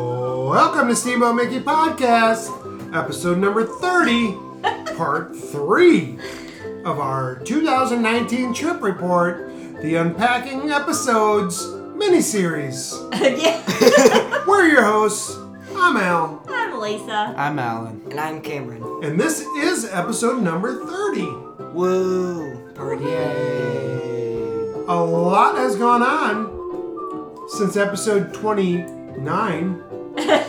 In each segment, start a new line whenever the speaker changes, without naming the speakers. Welcome to Steamboat Mickey Podcast, episode number 30, part 3 of our 2019 trip report, the Unpacking Episodes miniseries.
yeah,
We're your hosts. I'm Al,
I'm Lisa.
I'm Alan.
And I'm Cameron.
and this is episode number 30.
Whoa!
Party.
A lot has gone on since episode 29. Uh,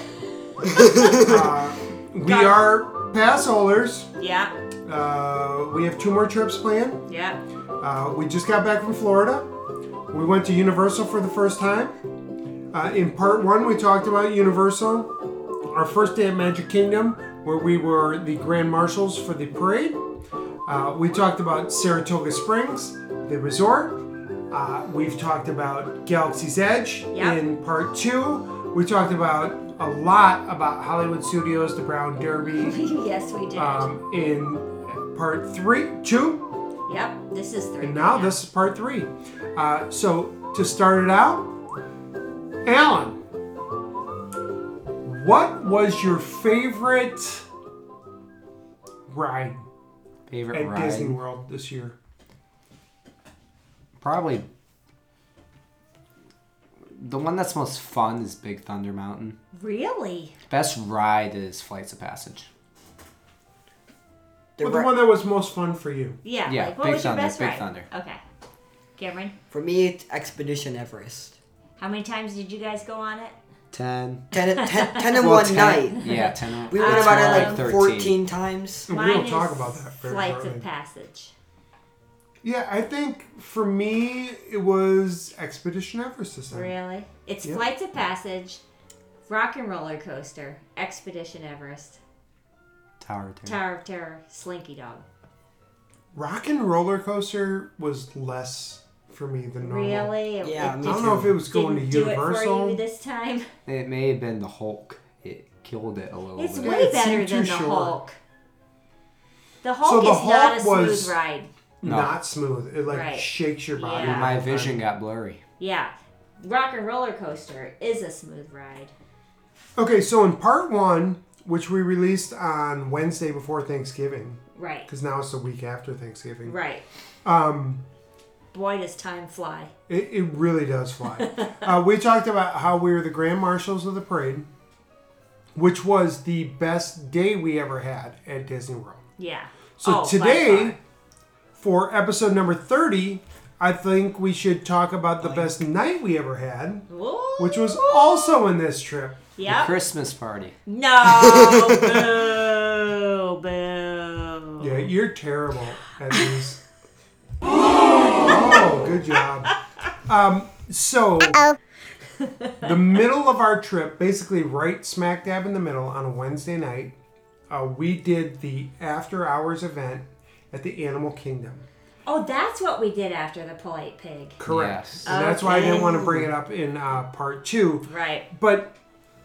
we
Got it.
are pass holders.
Yeah,
Uh, we have two more trips planned.
yeah.
Uh, we just got back from Florida. We went to Universal for the first time. Uh, in part one, we talked about Universal, our first day at Magic Kingdom, where we were the grand marshals for the parade. Uh, we talked about Saratoga Springs, the resort. Uh, we've talked about Galaxy's Edge
Yep.
in part two. We talked about a lot about Hollywood Studios, the Brown Derby,
yes, we did.
um, in part three, two,
yep, this is three.
and now
Yeah.
this is part three. Uh, so to start it out, Alan, what was your favorite ride
Favorite
at
ride?
Disney World this year?
Probably. The one that's most fun is Big Thunder Mountain.
Really?
Best ride is Flights of Passage.
The
Well, the
ri-
one that was most fun for you.
Yeah.
Yeah,
Like, what
Big
was your
Thunder,
best
Big
ride?
Thunder.
Okay, Cameron,
for me, it's Expedition Everest.
how many times did you guys go on it?
Ten.
Ten, ten, ten in
Well,
one
10
night.
Yeah, ten.
We
it's
went about
more
it
Um,
like
13.
14 times.
We
Mine
don't talk
is
about that very
Flights
rarely.
of Passage.
Yeah, I think for me it was Expedition Everest this time.
Really? It's
Yep.
Flights of Passage, Rock and Roller Coaster, Expedition Everest,
Tower of Terror.
Tower of Terror, Slinky Dog.
Rock and Roller Coaster was less for me than normal.
Really? It-
Yeah,
it
I
me
just
don't know if it was going to
didn't do
Universal.
it for you this time.
It may have been the Hulk. It killed it a little
It's
bit.
way
It
better
Oh, seemed
than
too
the
short.
Hulk. The Hulk
the
is not a
Hulk
smooth
was-
ride.
No.
not smooth. It like
Right.
shakes your body.
Yeah.
My vision got blurry.
Yeah. Rock and roller coaster is a smooth ride.
Okay, so in part one, which we released on Wednesday before Thanksgiving,
Right.
because now it's the week after Thanksgiving.
Right.
Um,
Boy does time fly.
it, it really does fly. uh, we talked about how we were the grand marshals of the parade, which was the best day we ever had at Disney World.
Yeah.
So
Oh, by
today,
far.
for episode number thirty, I think we should talk about the best night we ever had,
Ooh.
which was also in this trip.
The
Yep.
Christmas party.
no. boo. Boo.
Yeah, you're terrible at these. oh, good job. Um, so, the middle of our trip, basically right smack dab in the middle on a Wednesday night, uh, we did the after hours event at the Animal Kingdom.
Oh, that's what we did after the polite pig.
Correct.
Yes.
And that's why I didn't
Okay.
want to bring it up in uh, part two.
Right.
But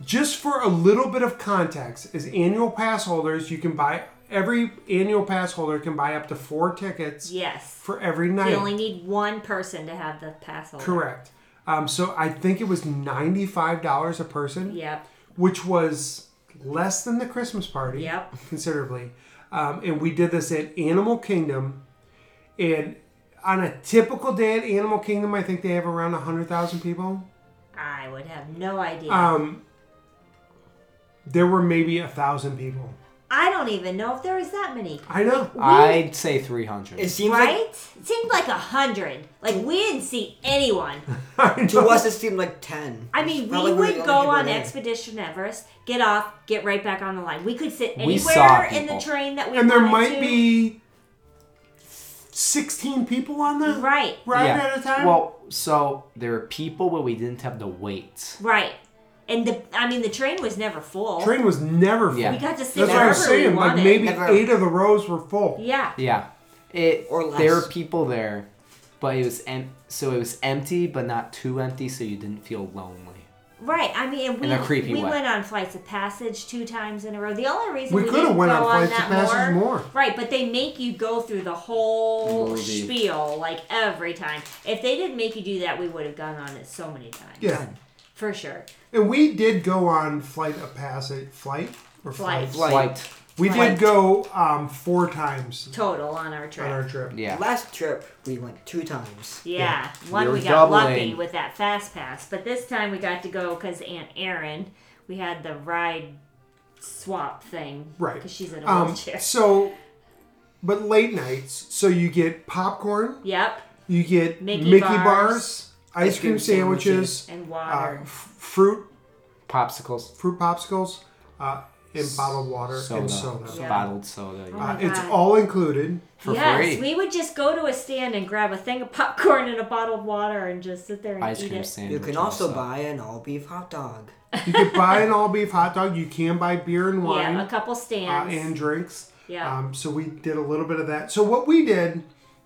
just for a little bit of context, as annual pass holders, you can buy every annual pass holder can buy up to four tickets
Yes.
for every night.
You only need one person to have the pass holder.
Correct. Um, so I think it was ninety five dollars a person,
Yep.
which was less than the Christmas party.
Yep.
considerably. Um, and we did this at Animal Kingdom, and on a typical day at Animal Kingdom, I think they have around hundred thousand people.
I would have no idea.
Um, there were maybe a thousand people.
I don't even know if there was that many.
I know.
I'd say 300.
It seems
Right? It seemed like a hundred. Like we didn't see anyone.
I
like, to
know.
us it seemed like 10.
I mean, we
Probably were the
would
only
go
people
on
there.
Expedition Everest, get off, get right back on the line. We could sit
We saw
anywhere in the
people.
train that we
and there
wanted
might
to.
be sixteen people on that
right,
ride
Yeah.
at a time.
Well, so there were people, but we didn't have the weights.
right. And the I mean, the train was never full.
train was never full.
Yeah.
we got to sit
That's what
wherever
I'm saying.
we
Like
wanted.
maybe
Never-
eight of the rows were full.
yeah,
Yeah. It
Or less.
There were people there, but it was em- so it was empty, but not too empty, so you didn't feel lonely.
right. I mean, and we
In a creepy
we
way.
went on flights of passage two times in a row. The only reason
We
we,
coulda
didn't
went
go
on Flights of
that
Passage
more,
more.
right? But they make you go through the whole
Movie.
spiel like every time. If they didn't make you do that, we would have gone on it so many times.
Yeah.
for sure.
And we did go on flight of passage, flight or
Flight.
flight.
Flight.
Flight.
We
Flight.
did go um, four times
Total on our trip.
on our trip.
Yeah.
Last trip we went two times.
Yeah, one
You're
we got lucky
doubling.
with that fast pass, but this time we got to go because Aunt Erin, we had the ride swap thing,
Right.
Because she's in a
Um,
wheelchair.
so, but late nights. So you get popcorn,
yep,
you get
Mickey
Mickey,
bars,
bars, ice, cream, sandwiches,
and
uh,
water.
f- fruit
Popsicles.
fruit popsicles, uh, and bottled water
Soda.
and soda.
Yeah.
Bottled soda.
Oh
yeah.
my
Uh, it's
God.
all included.
For
Oh, yes,
free.
we would just go to a stand and grab a thing of popcorn and a bottle of water and just sit there and
Ice
eat
cream
it.
sandwich.
You can also buy an all beef hot dog.
You can buy an all beef hot dog. You can buy beer and wine
Yeah, a couple
uh,
stands.
and drinks.
yeah,
Um, so we did a little bit of that. So what we did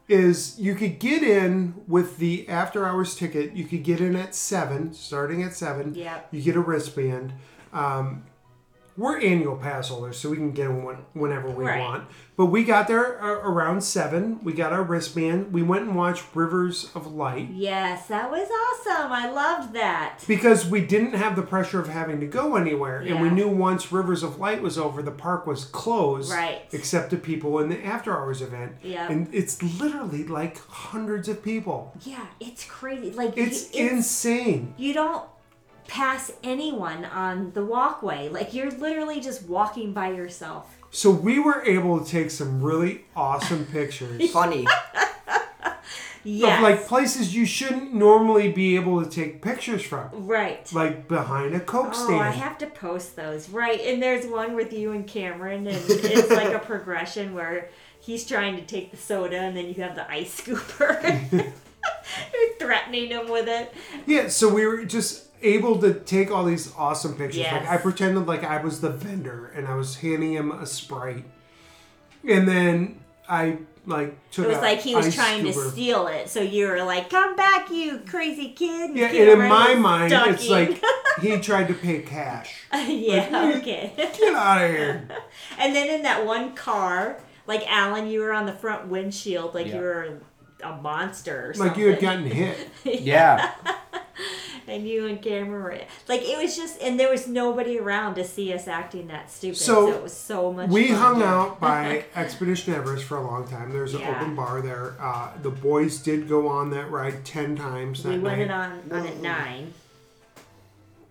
is you could get in with the after hours ticket. You could get in at seven, starting at seven.
Yep.
You get a wristband. Um, we're annual pass holders, so we can get in when- whenever we
Right.
want. But we got there uh, around seven. We got our wristband. We went and watched Rivers of Light
yes, that was awesome. I loved that.
because we didn't have the pressure of having to go anywhere and we
Yeah.
knew once rivers of light was over the park was closed
Right.
except to people in the after hours event
Yep.
and it's literally like hundreds of people
Yeah, it's crazy. Like you-
it's insane
you don't pass anyone on the walkway. Like you're literally just walking by yourself.
so we were able to take some really awesome pictures
Funny.
Yes.
of like places you shouldn't normally be able to take pictures from
right.
like behind a coke
Oh,
stand
I have to post those. Right. And there's one with you and Cameron and it's like a progression where he's trying to take the soda and then you have the ice scooper. You're threatening him with it.
Yeah, so we were just able to take all these awesome pictures.
Yes.
Like I pretended like I was the vendor and I was handing him a sprite, and then I like took.
It was
a
like he was
ice
trying to
scuba.
steal it. So you were like, Come back, you crazy kid.
Yeah, and
Cameron
in my
was
mind, it's
ducking.
like he tried to pay cash.
yeah, okay.
Get out of here!
And then in that one car, like Alan, you were on the front windshield, like
Yeah.
you were a monster or something.
Like you had gotten hit.
Yeah.
And you and Cameron were like it was just, and there was nobody around to see us acting that stupid. So,
So,
it was so much.
We
fun.
hung out by Expedition Everest for a long time. There's an
Yeah.
open bar there. Uh, the boys did go on that ride ten times that
We
night
went uh, on on at nine.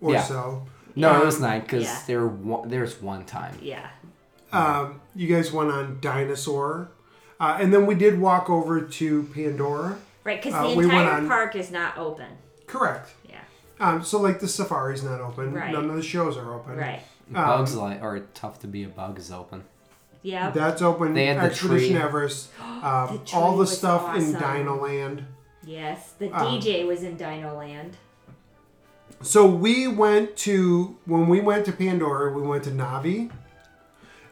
or
Yeah.
so.
No, it was nine because
Yeah.
there one, there's one time.
Yeah,
Um, you guys went on Dinosaur. Uh, and then we did walk over to Pandora.
right. Because
Uh,
the
we went
entire
on-
park is not open.
Correct.
Yeah,
Um, so, like, the safari's not open.
Right.
None of the shows are open. Um,
right.
Um,
Bugs like or tough to be a bug is open.
Yeah,
That's open.
They had the
Expedition
tree.
Everest. Um,
The
all
tree
the
was
stuff in
awesome.
Dino Land.
yes. The
Um,
DJ was in Dino Land.
So, we went to, when we went to Pandora, we went to Navi.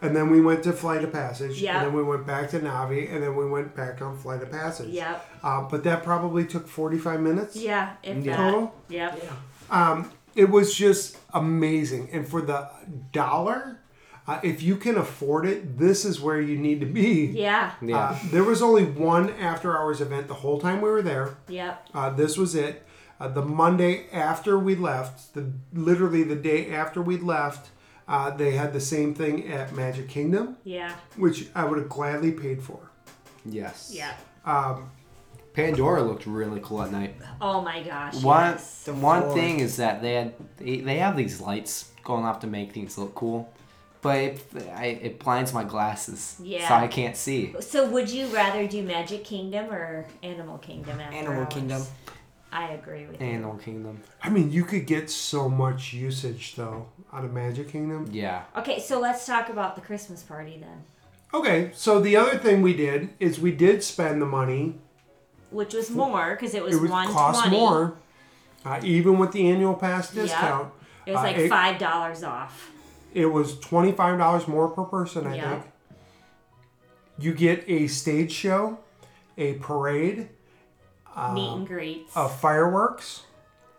And then we went to Flight of Passage.
Yeah.
And then we went back to Navi. And then we went back on Flight of Passage.
Yep.
Uh, but that probably took 45 minutes.
Yeah, if
Yeah.
that.
Total?
Yep.
um, it was just amazing. And for the dollar, uh, if you can afford it, this is where you need to be.
Yeah.
Yeah.
Uh, there was only one after hours event the whole time we were there.
Yep.
Uh, this was it. Uh, the Monday after we left, the literally the day after we left, uh, they had the same thing at Magic Kingdom,
Yeah.
which I would have gladly paid for.
yes.
Yep.
Pandora looked really cool at night.
Oh my gosh.
One
yes.
the one
floor.
thing is that they had they, they have these lights going off to make things look cool, but it, I, it blinds my glasses,
Yeah.
so I can't see.
So would you rather do Magic Kingdom or Animal Kingdom? After
Animal
hours?
Kingdom.
I agree with you.
Animal Kingdom.
I mean, you could get so much usage though out of Magic Kingdom.
Yeah.
Okay, so let's talk about the Christmas party then,
Okay, so the other thing we did is we did spend the money.
which was more because it was,
it would
one
cost
twenty.
more, uh, even with the annual pass discount.
It was
Uh,
like
it-
five dollars off.
It was twenty five dollars more per person, I
Yeah.
think. You get a stage show, a parade,
meet and greets.
a fireworks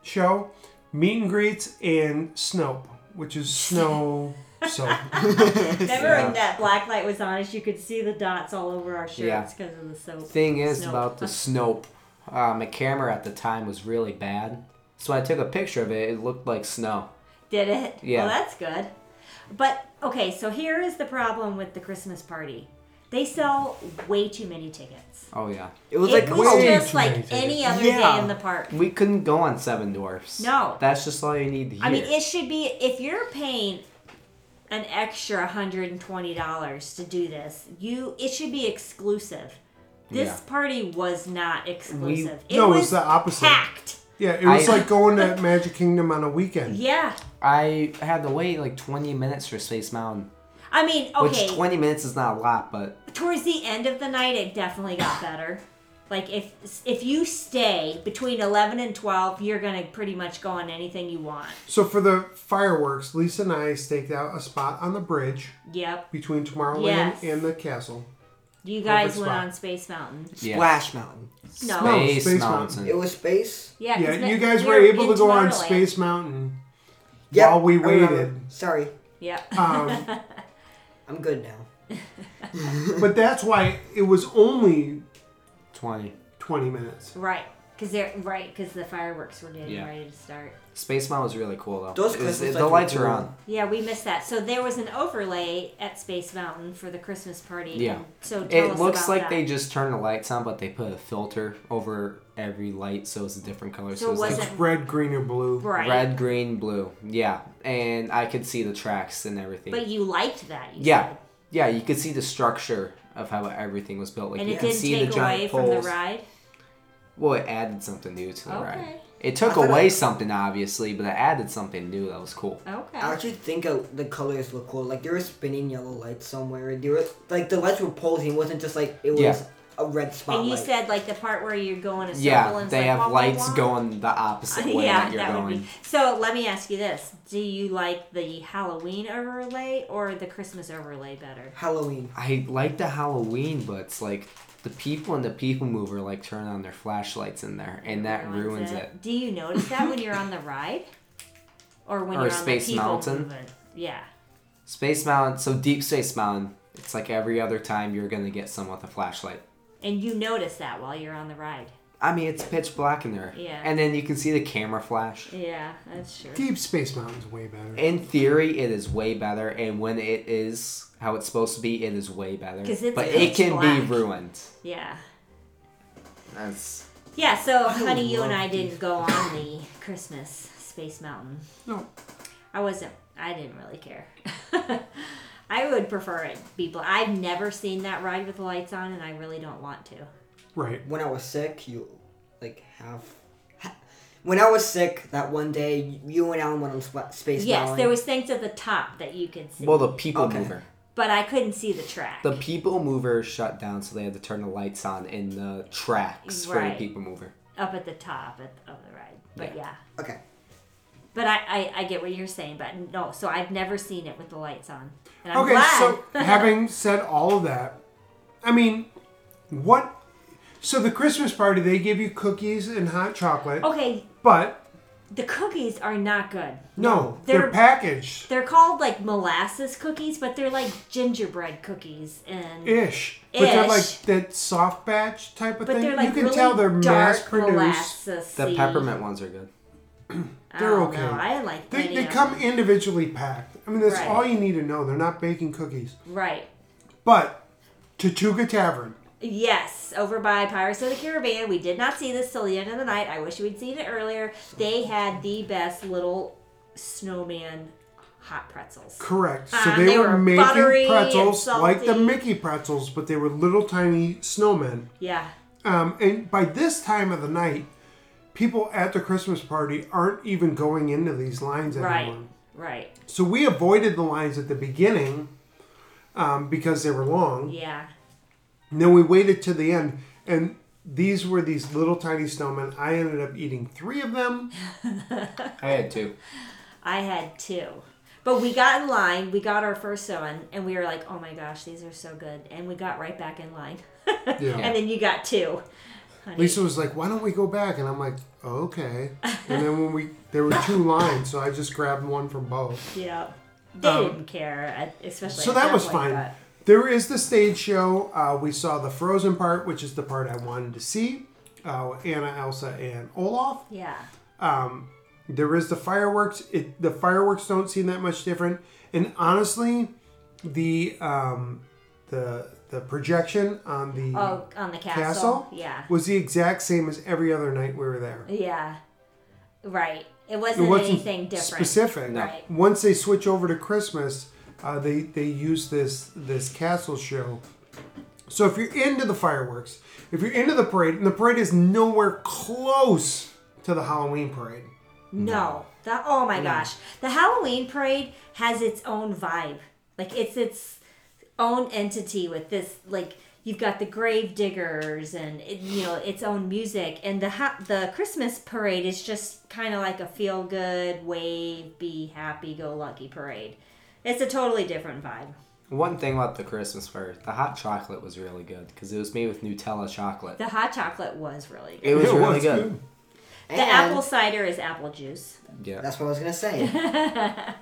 show, meet and greets, and Snope, which is snow soap.
Remember
yeah.
when that black light was on us? You could see the dots all over our
Yeah.
shirts because of the soap.
Thing is
Snope.
um, about the Snope, uh, my camera at the time was really bad, So I took a picture of it. It looked like snow.
Did it?
Yeah.
Well, that's good. But okay, so here is the problem with the Christmas party. They sell way too many tickets.
Oh yeah.
It was
it
like
was
way
just
too many
like
tickets.
any other
Yeah.
day in the park.
We couldn't go on Seven Dwarfs.
No.
That's just all you need to hear.
I mean, it should be if you're paying an extra hundred and twenty dollars to do this, you it should be exclusive. This
Yeah.
party was not exclusive. it
No, it
was
was the opposite.
packed.
Yeah, it was
I-
like going to Magic Kingdom on a weekend.
Yeah,
I had to wait like 20 minutes for Space Mountain,
I mean, okay.
which 20 minutes is not a lot, but
towards the end of the night it definitely got better like if if you stay between 11 and 12 you're gonna pretty much go on anything you want
So for the fireworks, Lisa and I staked out a spot on the bridge
yep
between Tomorrowland
Yes.
and the castle.
you guys
Perfect
went
spot.
on space mountain
yeah.
Splash Mountain.
no
No.
Space,
Space
Mountain.
It was space.
yeah, 'cause
Yeah, you
ma-
guys
we
were able
in
to go on
Tomorrowland.
Space Mountain
Yeah.
while we
I remember.
waited.
Sorry,
yep
Um,
I'm good now.
but that's why it was only
20.
20 minutes.
right because they're right because the fireworks were getting
Yeah.
ready to start
Space Mountain was really cool though.
Those
It was-
Christmas
the lights
lights were
are
cool.
on.
yeah we missed that so there was an overlay at space mountain for the christmas party
Yeah.
so tell
It
us
looks
about
like
that.
they just turned the lights on, but they put a filter over every light, so it's a different color.
So
So, it's
was
like
It's red, green, or blue.
right
red, green, blue. Yeah, and I could see the tracks and everything.
but you liked that you
yeah,
said.
yeah, you could see the structure of how everything was built. Like
and
you
it
could
didn't
see
take
the
away
giant
from
poles.
the ride
Well, it added something new to the ride.
Okay.
It took
thought
away
it-
something obviously, but it added something new that was cool.
okay
I actually think uh, the colors look cool. Like there were spinning yellow lights somewhere. There were like the lights were pulsing. It wasn't just like it was
Yeah.
a red spotlight.
And you said like the part where you're going a circle
Yeah,
and it's
they
like,
have
wah, wah,
lights
wah.
going the opposite way
yeah,
that you're going.
would be. So let me ask you this: Do you like the Halloween overlay or the Christmas overlay better?
Halloween.
I like the Halloween, but it's like the people in the people mover like turn on their flashlights in there, and that ruins it.
Do you notice that when you're on the ride, or when
Or
you're
Space
on the people
Mountain?
movement? Yeah.
Space Mountain, so Deep Space Mountain, it's like every other time you're gonna get someone with a flashlight.
And you notice that while you're on the ride.
I mean, it's pitch black in there.
Yeah.
And then you can see the camera flash.
Yeah, that's true.
Deep Space Mountain's way better.
In theory, it is way better, and when it is how it's supposed to be, it is way better.
'Cause it's
but
pitch
it can
black.
be ruined.
Yeah.
That's
Yeah. So, honey, you and
love
I didn't go on the Christmas Space Mountain.
No,
I wasn't. I didn't really care. I would prefer it be black. I've never seen that ride with the lights on, and I really don't want to.
right.
When I was sick, you like have. ha- When I was sick that one day, you and Alan went on spa- space.
Yes,
Mountain.
there was things at the top that you could see,
well, the people
Okay.
mover.
but I couldn't see the track.
The people mover shut down, so they had to turn the lights on in the tracks for the
Right.
people mover.
up at the top at, of the ride, but yeah.
Okay.
But I, I, I get what you're saying, but no. So I've never seen it with the lights on, and I'm
Okay,
glad.
so having said all of that, I mean, what? So the Christmas party, they give you cookies and hot chocolate,
okay,
but
the cookies are not good.
no,
They're-
they're, packaged
They're called like molasses cookies, but they're like gingerbread cookies, and
ish, but they're like
Ish.
that soft batch type of
but
thing.
they're like
you can
really
tell they're
dark
mass produced.
molasses.
The peppermint ones are good.
They're okay.
I like
They,
any
they
of
come
them.
individually packed. I mean, that's
Right.
all you need to know. They're not baking cookies,
right.
but Tortuga Tavern.
Yes, over by Pirates of the Caribbean. We did not see this till the end of the night. I wish we'd seen it earlier. They had the best little snowman hot pretzels.
Correct. So
Um,
they,
they
were,
were buttery
making
and
pretzels like the
salty.
Mickey pretzels, but they were little tiny snowmen.
Yeah.
Um, and by this time of the night, people at the Christmas party aren't even going into these lines
Right.
anymore.
Right.
So we avoided the lines at the beginning um, because they were long.
Yeah.
And then we waited to the end, and these were these little tiny snowmen. I ended up eating three of them.
I had two.
I had two. But we got in line, we got our first one, and we were like, oh my gosh, these are so good. And we got right back in line. And then you got two. Honey.
Lisa was like, "Why don't we go back?" And I'm like, "Oh, "Okay." And then when we there were two lines, so I just grabbed one from both.
Yeah. They
Um,
didn't care, at- especially.
so
at
that was
like
fine.
that.
There is the stage show. Uh, we saw the Frozen part, which is the part I wanted to see. Uh, Anna, Elsa, and Olaf.
Yeah.
Um, there is the fireworks. It the fireworks don't seem that much different. And honestly, the um, the the projection on the
Oh, on the castle.
castle
Yeah.
was the exact same as every other night we were there.
Yeah. Right. It wasn't, anything different.
specific.
No.
Right.
Once they switch over to Christmas, uh, they they use this this castle show. So if you're into the fireworks, if you're into the parade, and the parade is nowhere close to the Halloween parade.
No. That oh my gosh. The Halloween parade has its own vibe. Like it's its own entity with this like you've got the grave diggers and it, you know its own music and the ha- the Christmas parade is just kind of like a feel good, wave, be happy go lucky parade. It's a totally different vibe.
One thing about the Christmas fair, the hot chocolate was really good because it was made with Nutella chocolate.
The hot chocolate was really good.
It was
It
really
was
good.
good.
The apple cider is apple juice.
Yeah,
That's what I was gonna say.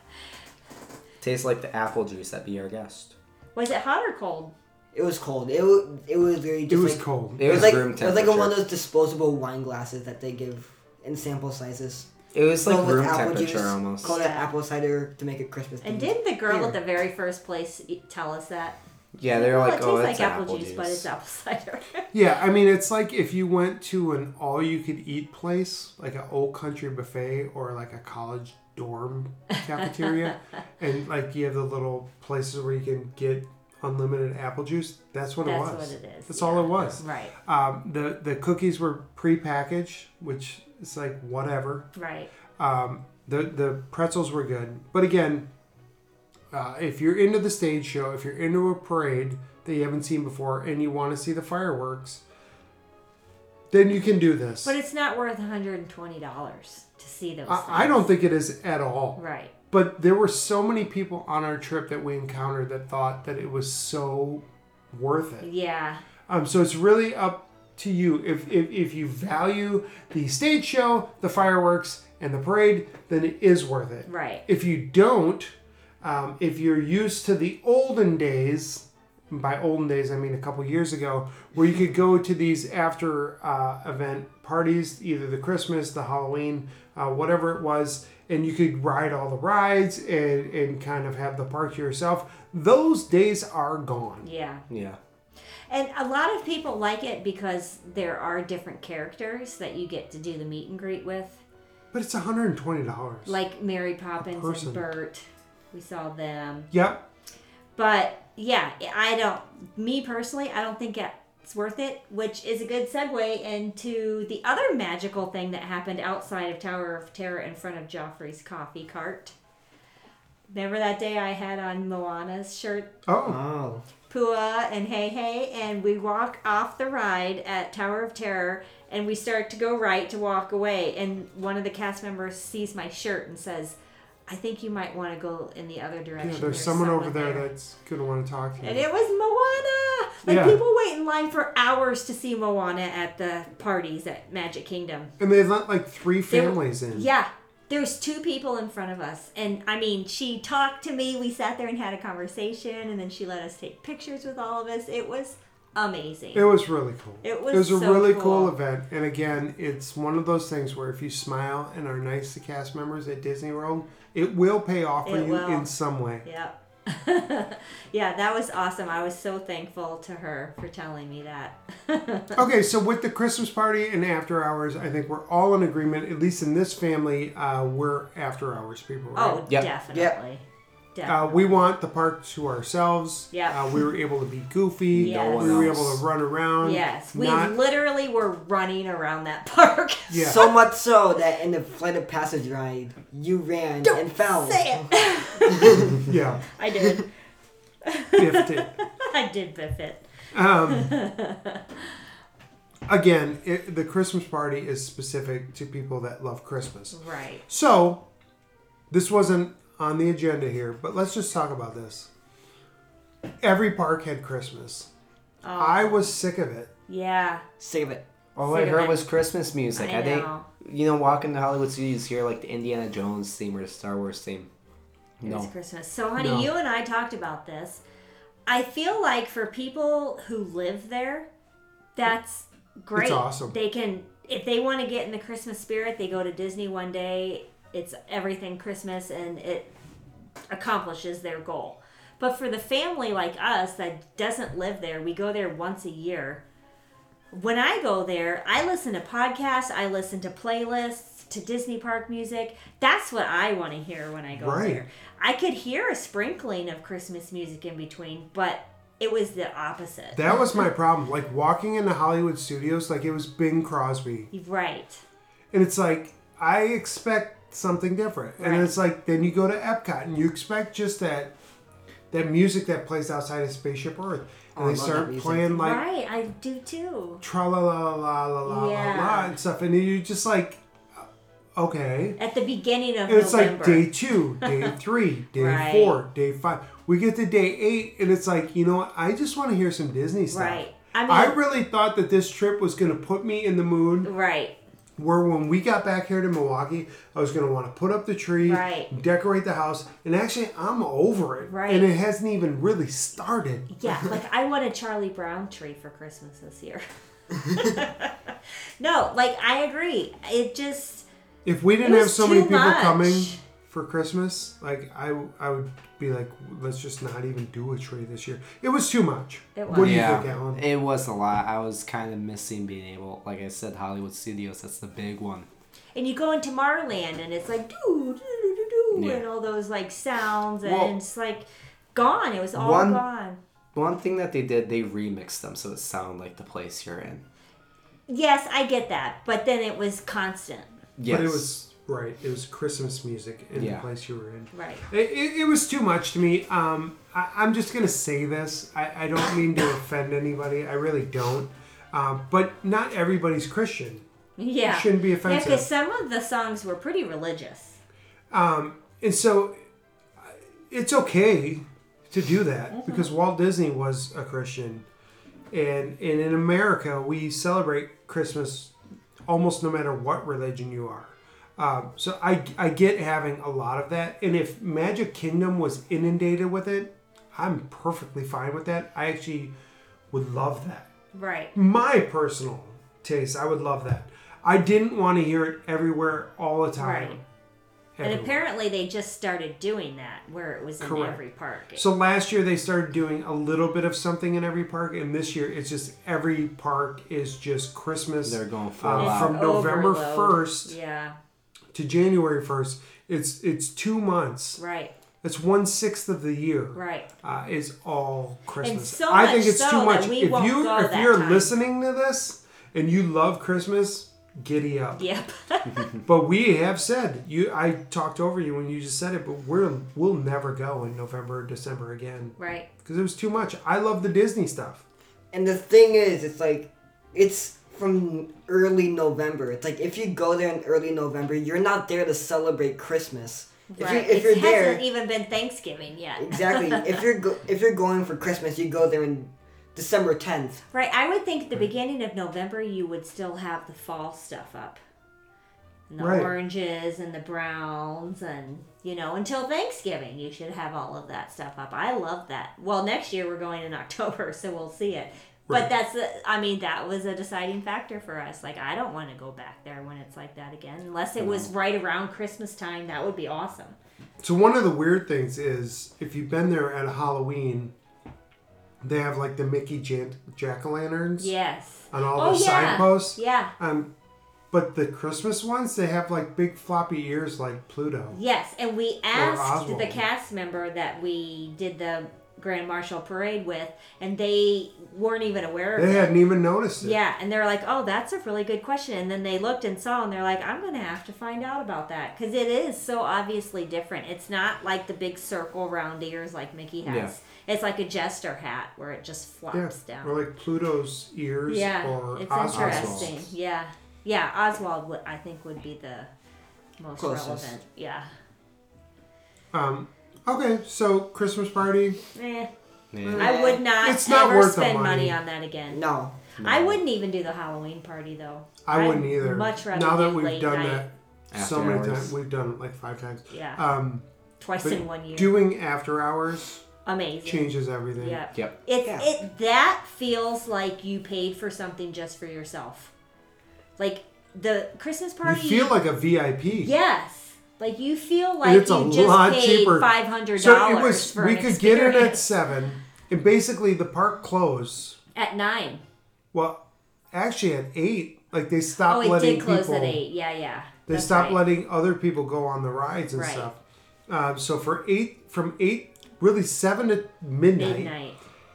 tastes like the apple juice at be our guest.
Was it hot or cold?
It was cold. It was. It was really
It
just
was
like,
cold.
It was,
like
room
it was
temperature.
like in one of those disposable wine glasses that they give in sample sizes.
It was like
Filled with
room
apple
temperature
juice,
almost.
Called it
Yeah.
apple cider to make it Christmas.
And
themed.
didn't the girl
Here.
at the very first place e- tell us that?
Yeah, they were
Well,
like,
it
oh,
tastes
it's
like
apple,
juice, but it's apple cider.
Yeah, I mean it's like if you went to an all-you-could-eat place, like an old country buffet or like a college dorm cafeteria, and like you have the little places where you can get unlimited apple juice. That's what it
That's
was.
what it is.
That's all it was.
Right,
Um, the the cookies were prepackaged, which is like whatever.
right.
Um, the the pretzels were good, but again, uh, if you're into the stage show, if you're into a parade that you haven't seen before, and you want to see the fireworks, then you can do this.
But it's not worth $120 to see those.
I, I
things.
don't think it is at all.
Right.
But there were so many people on our trip that we encountered that thought that it was so worth it.
Yeah.
Um, so it's really up to you. If, if if you value the stage show, the fireworks, and the parade, then it is worth it.
Right.
If you don't, um, if you're used to the olden days, and by olden days I mean a couple years ago, where you could go to these after uh, event parties, either the Christmas, the Halloween, uh, whatever it was, and you could ride all the rides and, and kind of have the park to yourself, those days are gone.
Yeah.
Yeah.
And a lot of people like it because there are different characters that you get to do the meet and greet with,
But it's $120.
like Mary Poppins
person.
and Bert. We saw them.
Yep.
But yeah, I don't. Me personally, I don't think it's worth it. Which is a good segue into the other magical thing that happened outside of Tower of Terror in front of Joffrey's coffee cart. Remember that day I had on Moana's shirt,
Oh,
Oh,
Pua and Hey Hey, and we walk off the ride at Tower of Terror, and we start to go right to walk away, and one of the cast members sees my shirt and says. I think you might want to go in the other
yeah,
direction.
there's, someone, over there, that's going to want to talk to you.
And it was Moana. Like
Yeah.
people wait in line for hours to see Moana at the parties at Magic Kingdom.
and they let like three
There-
families in.
Yeah. There's two people in front of us. And I mean, she talked to me. We sat there and had a conversation. And then she let us take pictures with all of us. It was amazing.
It was really cool.
It was
a
so
really
cool.
event. And again, it's one of those things where if you smile and are nice to cast members at Disney World, it will pay off for
It
you
will.
in some way.
Yep. yeah, that was awesome. I was so thankful to her for telling me that.
Okay, so with the Christmas party and after hours, I think we're all in agreement, at least in this family, uh, we're after hours people, right?
oh,
Yep.
definitely.
Uh,
Definitely.
we want the park to ourselves.
Yep.
Uh, we were able to be goofy.
No one
we were
else.
able to run around.
yes. We
Not-
literally were running around that park.
yeah.
so much so that in the flight of passage ride, you ran and fell.
Say it.
yeah.
I did.
Biffed it.
I did biff it.
Um, again, it, the Christmas party is specific to people that love Christmas.
Right.
So, this wasn't on the agenda here, but let's just talk about this. Every park had Christmas.
Oh.
I was sick of it.
Yeah.
Sick of it.
All
Sick
I
of
heard
it.
was Christmas music.
I
I, think
know.
you know, walking to Hollywood Studios, hear like the Indiana Jones theme or the Star Wars theme.
It was
No,
Christmas. So, honey,
No.
you and I talked about this. I feel like for people who live there, that's great.
awesome.
They can if they want to get in the Christmas spirit, they go to Disney one day. It's everything Christmas and it accomplishes their goal. But for the family like us that doesn't live there, we go there once a year. When I go there, I listen to podcasts, I listen to playlists, to Disney park music. That's what I want to hear when I go
Right.
there. I could hear a sprinkling of Christmas music in between, but it was the opposite.
That was my problem. Like walking into Hollywood studios, like it was Bing Crosby.
right.
And it's like, I expect something different. And
Right.
it's like, then you go to Epcot and you expect just that that music that plays outside of Spaceship Earth. And
Oh, I
they
love that
start
music.
playing like
right, I do too.
tra la la la la la la la
Yeah.
and stuff. And you're just like, uh, okay.
At the beginning of
And it's
November.
like day two, day three, day
Right.
four, day five. We get to day eight, and it's like, you know what? I just want to hear some Disney stuff.
Right. I mean,
I really thought that this trip was going to put me in the mood
right.
where when we got back here to Milwaukee, I was going to want to put up the tree,
Right.
decorate the house, and actually, I'm over it.
Right.
And it hasn't even really started.
Yeah, like I want a Charlie Brown tree for Christmas this year. no, like I agree. It just
If we didn't
It
have
was
so many
too
people
much.
coming for Christmas, like I, I would be like, let's just not even do a tree this year. It was too much.
It
What
was.
do you
yeah,
think, Alan?
it was a lot. I was kind of missing being able, like I said, Hollywood Studios. That's the big one.
and you go into Tomorrowland and it's like doo doo doo doo doo
Yeah.
and all those like sounds and
Well-
it's like gone. It was all
One-
gone.
One thing that they did, they remixed them so it sounded like the place you're in.
Yes, I get that, but then it was constant.
Yes,
But it was right. It was Christmas music in the
Yeah.
place you were in.
Right.
It, it, it was too much to me. Um, I, I'm just gonna say this. I, I don't mean to offend anybody. I really don't. Um, but not everybody's Christian.
Yeah.
shouldn't be
Yeah,
offensive.
because some of the songs were pretty religious.
and so uh, it's okay to do that
Mm-hmm.
because Walt Disney was a Christian, and and in America we celebrate Christmas almost no matter what religion you are. Um, so I I get having a lot of that, and if Magic Kingdom was inundated with it, I'm perfectly fine with that. I actually would love that
Right.
my personal taste, I would love that. I didn't want to hear it everywhere all the time.
Right. And
Everywhere.
apparently they just started doing that where it was in
Correct.
every park.
So last year they started doing a little bit of something in every park, and this year it's just every park is just Christmas.
they're going full
Um,
out.
from November
Overload.
1st.
Yeah,
to January first. It's it's two months.
right,
It's one sixth of the year.
right.
Uh, is all Christmas.
And so
I think
much
it's
so
too
that
much.
we
if
won't
you
go
if
that
you're
time.
listening to this and you love Christmas, giddy up.
Yep.
But we have said you. I talked over you when you just said it. But we're we'll never go in November or December again
right.
because it was too much. I love the Disney stuff.
And the thing is, it's like, it's from early November. It's like if you go there in early November, you're not there to celebrate Christmas. If
right.
you if you're
it
there,
hasn't even been Thanksgiving yet.
exactly. if you're go- if you're going for Christmas, you go there in December 10th.
Right. I would think at the beginning of November you would still have the fall stuff up. And the
Right.
oranges and the browns and you know until Thanksgiving you should have all of that stuff up. I love that. Well, next year we're going in October, so we'll see it.
Right.
But that's the, I mean that was a deciding factor for us. Like I don't want to go back there when it's like that again unless it was right around Christmas time. That would be awesome.
So one of the weird things is if you've been there at Halloween, they have like the Mickey Jan- jack o' lanterns
Yes.
on all
oh
the
yeah.
signposts.
Yeah.
Um, but the Christmas ones they have like big floppy ears like Pluto.
Yes, and we asked
Oswald.
the cast member that we did the Grand Marshal Parade with, and they weren't even aware of
They
it.
hadn't even noticed it.
Yeah, and they're like, "Oh, that's a really good question." And then they looked and saw, and they're like, "I'm gonna have to find out about that because it is so obviously different. It's not like the big circle round ears like Mickey has. It's like a jester hat where it just
Yeah,
flops down.
or like Pluto's ears
yeah,
or
it's
Oswald's.
interesting. Yeah, yeah, Oswald would, I think would be the most
Closest.
relevant. Yeah.
Um, okay, so Christmas party.
Eh.
Yeah.
I would not
It's not
ever
worth the
spend money.
money.
on that again.
No.
I wouldn't even do the Halloween party though.
I
I'd
wouldn't either.
Much rather
now that
do
we've
late
done
night.
that so many
After hours.
times, we've done it like five times.
Yeah,
Um,
twice
but
in one year.
doing after hours
Amazing.
changes everything.
Yeah.
Yep.
It's
Yeah.
it that feels like you paid for something just for yourself. Like the Christmas
You
party.
feel like a VIP.
yes, like you feel like
And it's a
you just
lot
paid
cheaper.
five hundred dollars.
So it was.
for
We
an
could get in at
experience.
seven, and basically the park closed.
at nine.
Well, actually at eight, like they
Oh,
stopped
it
letting
did close
people.
at eight. Yeah, yeah.
They
That's
stopped
right.
letting other people go on the rides and
Right.
stuff. Um, so for eight, from eight, really seven to midnight,
midnight.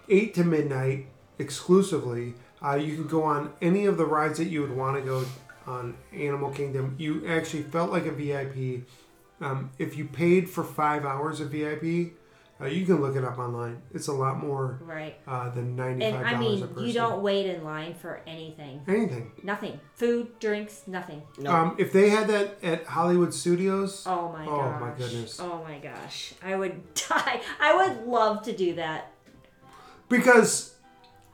eight to midnight exclusively, uh, you could go on any of the rides that you would want to go on Animal Kingdom. You actually felt like a VIP. Um, if you paid for five hours of VIP, uh, you can look it up online. It's a lot more
Right.
uh, than ninety-five
And
dollars
I
a
mean,
person.
you don't wait in line for anything.
anything.
Nothing. Food, drinks, nothing.
No.
Um, if they had that at Hollywood Studios,
Oh my
Oh,
gosh.
my goodness.
Oh my gosh. I would die. I would love to do that.
because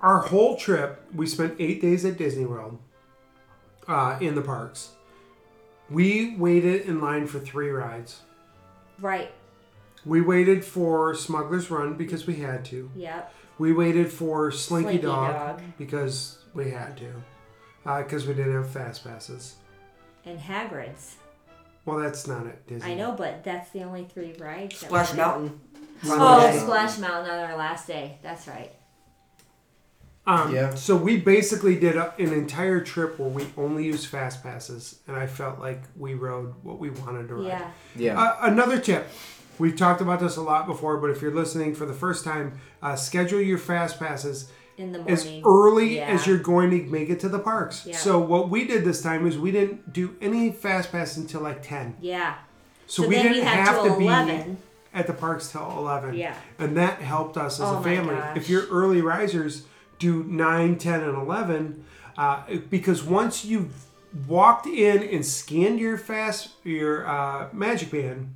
our whole trip, we spent eight days at Disney World, uh, in the parks. We waited in line for three rides.
Right.
We waited for Smuggler's Run because we had to.
Yep.
We waited for Slinky,
Slinky
Dog,
Dog.
because we had to, because we didn't have fast passes.
And Hagrid's.
Well, that's not at Disney.
I know, but that's the only three rides. that
Splash
we-
Mountain.
Oh,
Mountain.
Splash Mountain on our last day. That's right.
Um,
Yeah.
So we basically did a, an entire trip where we only used fast passes, and I felt like we rode what we wanted to ride.
Yeah.
Yeah.
Uh, another tip. We've talked about this a lot before, but if you're listening for the first time, uh, schedule your fast passes
In the
as
morning.
early
Yeah.
as you're going to make it to the parks.
Yeah.
So what we did this time is we didn't do any fast pass until like 10.
Yeah.
So,
So
we
then you
didn't
had
have
till
to be
11.
at the parks till 11.
Yeah.
And that helped us as
Oh
a
my
family.
gosh.
If you're early risers, do 9, 10, and 11. Uh, because once you walked in and scanned your fast your uh, magic band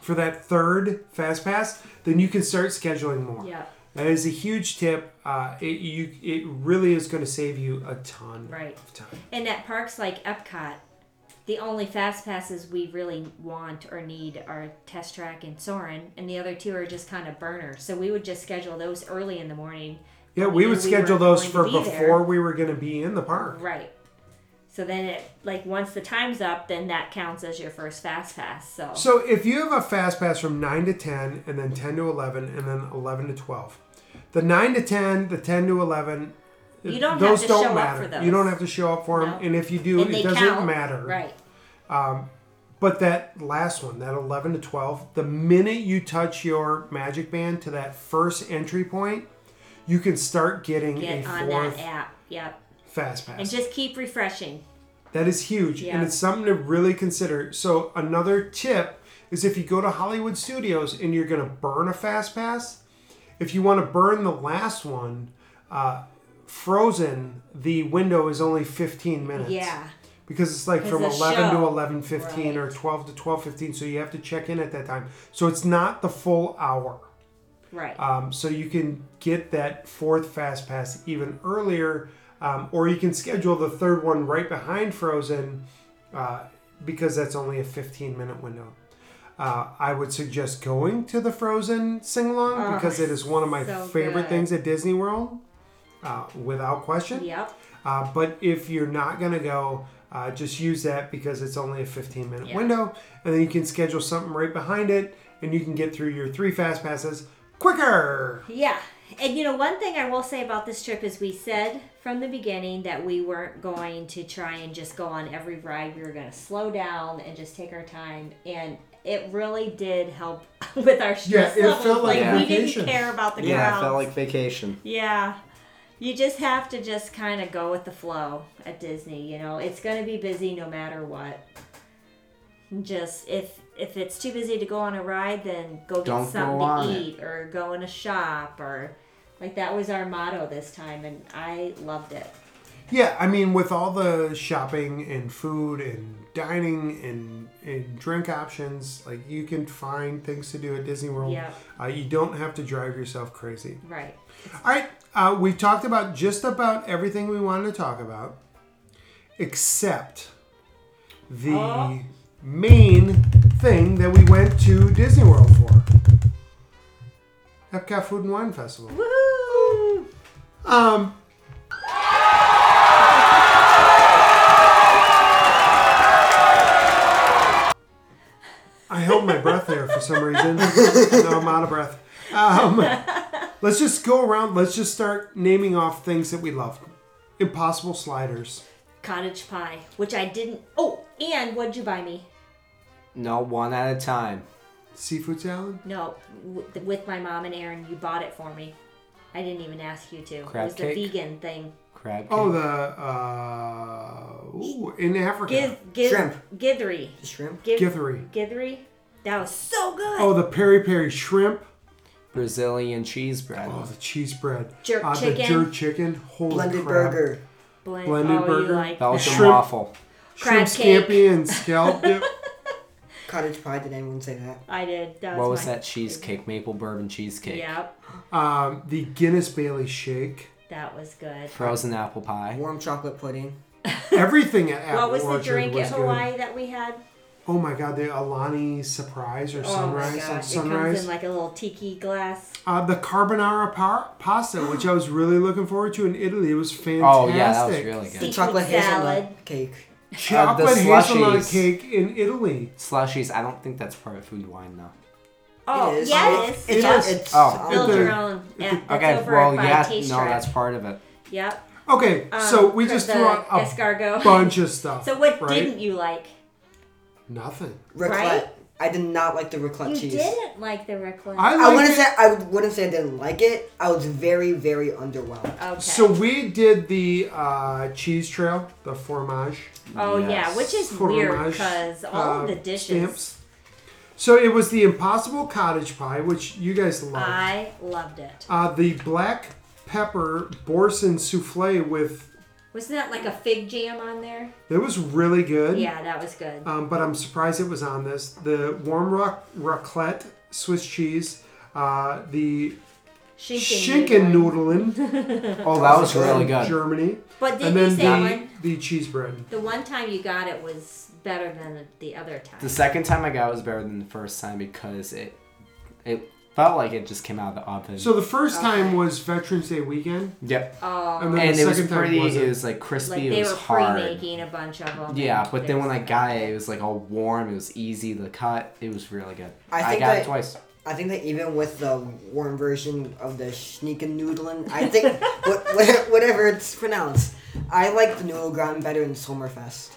for that third fast pass, then you can start scheduling more.
Yep.
That is a huge tip. Uh, it, you, it really is going to save you a ton
Right.
of time.
And at parks like Epcot, the only fast passes we really want or need are Test Track and Soren, and the other two are just kind of burners. So we would just schedule those early in the morning.
Yeah,
when
we
knew
would schedule
were
those
going to
for
be
before
there.
we were going to be in the park.
Right. So then it like once the time's up, then that counts as your first fast pass. So,
So if you have a fast pass from 9 to 10 and then 10 to 11 and then 11 to 12. The 9 to 10, the 10 to 11
You don't
those
have to
don't
show up
matter.
for those.
You don't have to show up for them
No.
and if you do
and
it
they
doesn't
count.
matter.
Right.
But that last one, that 11 to 12, the minute you touch your magic band to that first entry point, you can start getting
Get
a
on
fourth
that app. Yep.
fast pass.
And just keep refreshing.
That is huge,
Yeah.
and it's something to really consider. So another tip is if you go to Hollywood Studios and you're going to burn a fast pass, if you want to burn the last one, uh, Frozen, the window is only 15 minutes.
Yeah.
Because it's like
'Cause
from
the
11 to
show.
11:15 or
Right.
12 to 12:15, so you have to check in at that time. So it's not the full hour.
Right.
Um, so you can get that fourth fast pass even earlier, um, or you can schedule the third one right behind Frozen uh, because that's only a 15 minute window. Uh, I would suggest going to the Frozen sing along
Oh,
because it is one of my
so
favorite
good.
things at Disney World, uh, without question.
yep.
Uh, but if you're not going to go, uh, just use that because it's only a 15 minute
Yeah.
window. And then you can schedule something right behind it and you can get through your three fast passes quicker.
Yeah. And you know, one thing I will say about this trip is we said from the beginning that we weren't going to try and just go on every ride. We were going to slow down and just take our time. And it really did help with our stress
Yeah, it
levels.
felt like
like
a
we
vacation.
didn't care about the
Yeah,
crowds.
I felt like vacation.
yeah. You just have to just kind of go with the flow at Disney. You know, it's going to be busy no matter what. Just if if it's too busy to go on a ride, then go get
Don't go
something
on
to
it.
eat or go in a shop or like that was our motto this time, and I loved it.
Yeah, I mean, with all the shopping and food and dining and, and drink options, like you can find things to do at Disney World.
Yeah.
Uh, you don't have to drive yourself crazy.
Right.
All right, uh, we talked about just about everything we wanted to talk about, except the
Oh.
main thing that we went to Disney World for Epcot Food and Wine Festival.
Woohoo!
Um, some reason. no, I'm out of breath. Um, let's just go around. Let's just start naming off things that we love. Impossible sliders.
Cottage pie, which I didn't. Oh, and what'd you buy me?
No, one at a time.
Seafood salad?
No, w- with my mom and Aaron, you bought it for me. I didn't even ask you to. it
Crab
was the
cake?
vegan thing.
Crab cake.
Oh, the. Uh, ooh, in Africa.
Giz, giz,
Shrimp.
Githery.
Shrimp.
Giv-
Githery.
Githery? That was so good.
Oh, the peri peri shrimp.
Brazilian cheese bread.
Oh, the cheese bread.
Jerk
uh, The
chicken.
jerk chicken. Holy
Blended
crap.
burger.
Blend-
blended
oh,
burger.
You like that.
Belgian
Shrimp.
waffle.
Shrimp
Crab cake.
scampi and scallop dip.
Cottage pie. Did anyone say that?
I did. That was
What was
mine.
that cheesecake? Maple bourbon cheesecake.
Yep,
um, the Guinness Bailey shake.
that was good.
Frozen apple pie.
Warm chocolate pudding.
Everything at Apple
What was the
Orchard
drink
was
at
good.
Hawaii that we had?
Oh my God, the Alani surprise or
Oh my
sunrise?
gosh, it comes
sunrise.
in like a little tiki glass.
uh, the carbonara pa- pasta, which I was really looking forward to in Italy, it was fantastic.
Oh yeah, that was really
See-
good.
The chocolate
Seafood
hazelnut
salad.
cake.
Chocolate
Uh, the
hazelnut
slushies.
cake in Italy.
Slushies. I don't think that's part of food wine though.
Oh,
it is.
yeah, it
It's,
is.
it's,
Yep.
is.
it's
Oh.
Build
the-
your own. Yeah, that's
Okay,
over
well
by
yeah,
Taste
no,
Track.
that's part of it.
Yep.
Okay, so we
the-
just
Um, the
threw out a
escargot.
bunch of stuff.
So what
right?
didn't you like?
Nothing.
raclette.
Right?
I did not like the raclette
You
cheese.
didn't like the Rickland.
I,
I
like
wouldn't
it.
say I wouldn't say I didn't like it. I was very very underwhelmed.
okay.
So we did the uh, cheese trail, the fromage.
oh yeah,
Yes.
which is weird
fromage,
because all
uh,
of the dishes.
stamps. So it was the impossible cottage pie, which you guys loved.
I loved it.
Uh, the black pepper Borson souffle with
Wasn't that like a fig jam on there?
that was really good.
Yeah, that was good.
Um, but I'm surprised it was on this. The warm rock raclette Swiss cheese, uh, the
Shinken
schinken
noodle.
noodling.
Oh, that was really good.
Germany.
But did
and
you
then
say
the,
one?
the cheese bread.
The one time you got it was better than the other time.
The second time I got it was better than the first time because it it felt like it just came out of the oven.
So the first time was Veterans Day weekend,
yep.
oh,
and then
And
the
it was
second time
pretty.
wasn't.
It was like crispy.
like
it
they
was
were
hard.
pre-making a bunch of them.
Yeah,
and
but then when I
there's-
got it, it was like all warm. It was easy to cut. It was really good.
I
I,
think
got
that-
it twice.
I think that even with the warm version of the schneeken noodling, I think what, what- whatever it's pronounced, I like the noodle ground better in Summerfest.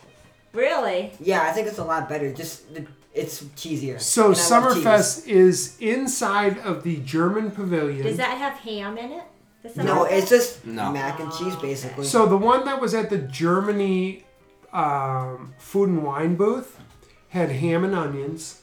really,
Yeah, I think it's a lot better. Just the, it's cheesier.
So
And I love cheese.
Summerfest is inside of the German pavilion.
Mm.
does that have ham in it? Does that
No,
have
it's just
No.
mac and cheese basically.
so the one that was at the Germany um, food and wine booth had ham and onions.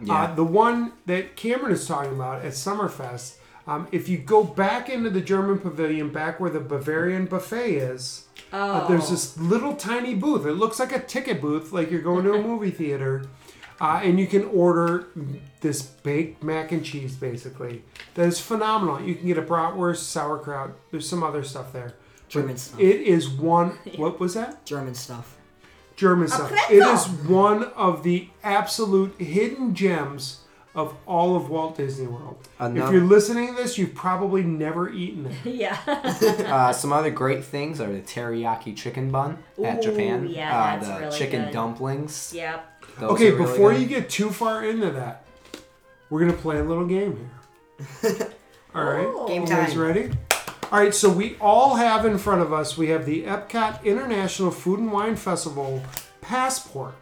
Uh,
Yeah.
the one that Cameron is talking about at Summerfest, um, if you go back into the German pavilion, back where the Bavarian buffet is, uh, there's this little tiny booth. It looks like a ticket booth, like you're going to a movie theater. Uh, and you can order this baked mac and cheese, basically. That is phenomenal. You can get a bratwurst, sauerkraut. There's some other stuff there.
German stuff.
It is one. What was that?
German stuff.
German stuff. It is one of the absolute hidden gems of all of Walt Disney World. If
Another-
you're listening to this, you've probably never eaten it.
yeah,
Uh, some other great things are the teriyaki chicken bun at
Ooh,
Japan.
yeah,
uh,
that's
the
really
chicken
good.
dumplings.
yep.
Those
Okay,
are Oh, really
before
good.
you get too far into that, we're gonna play a little game here. all right,
Game
you guys
time.
ready? All right, so we all have in front of us. We have the Epcot International Food and Wine Festival passport,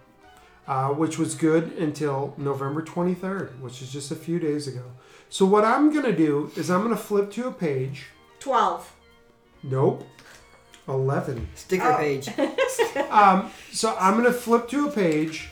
uh, which was good until November 23rd, which is just a few days ago. So what I'm gonna do is I'm gonna flip to a page.
Twelve.
Nope. 11.
Sticker page.
So I'm going to flip to a page,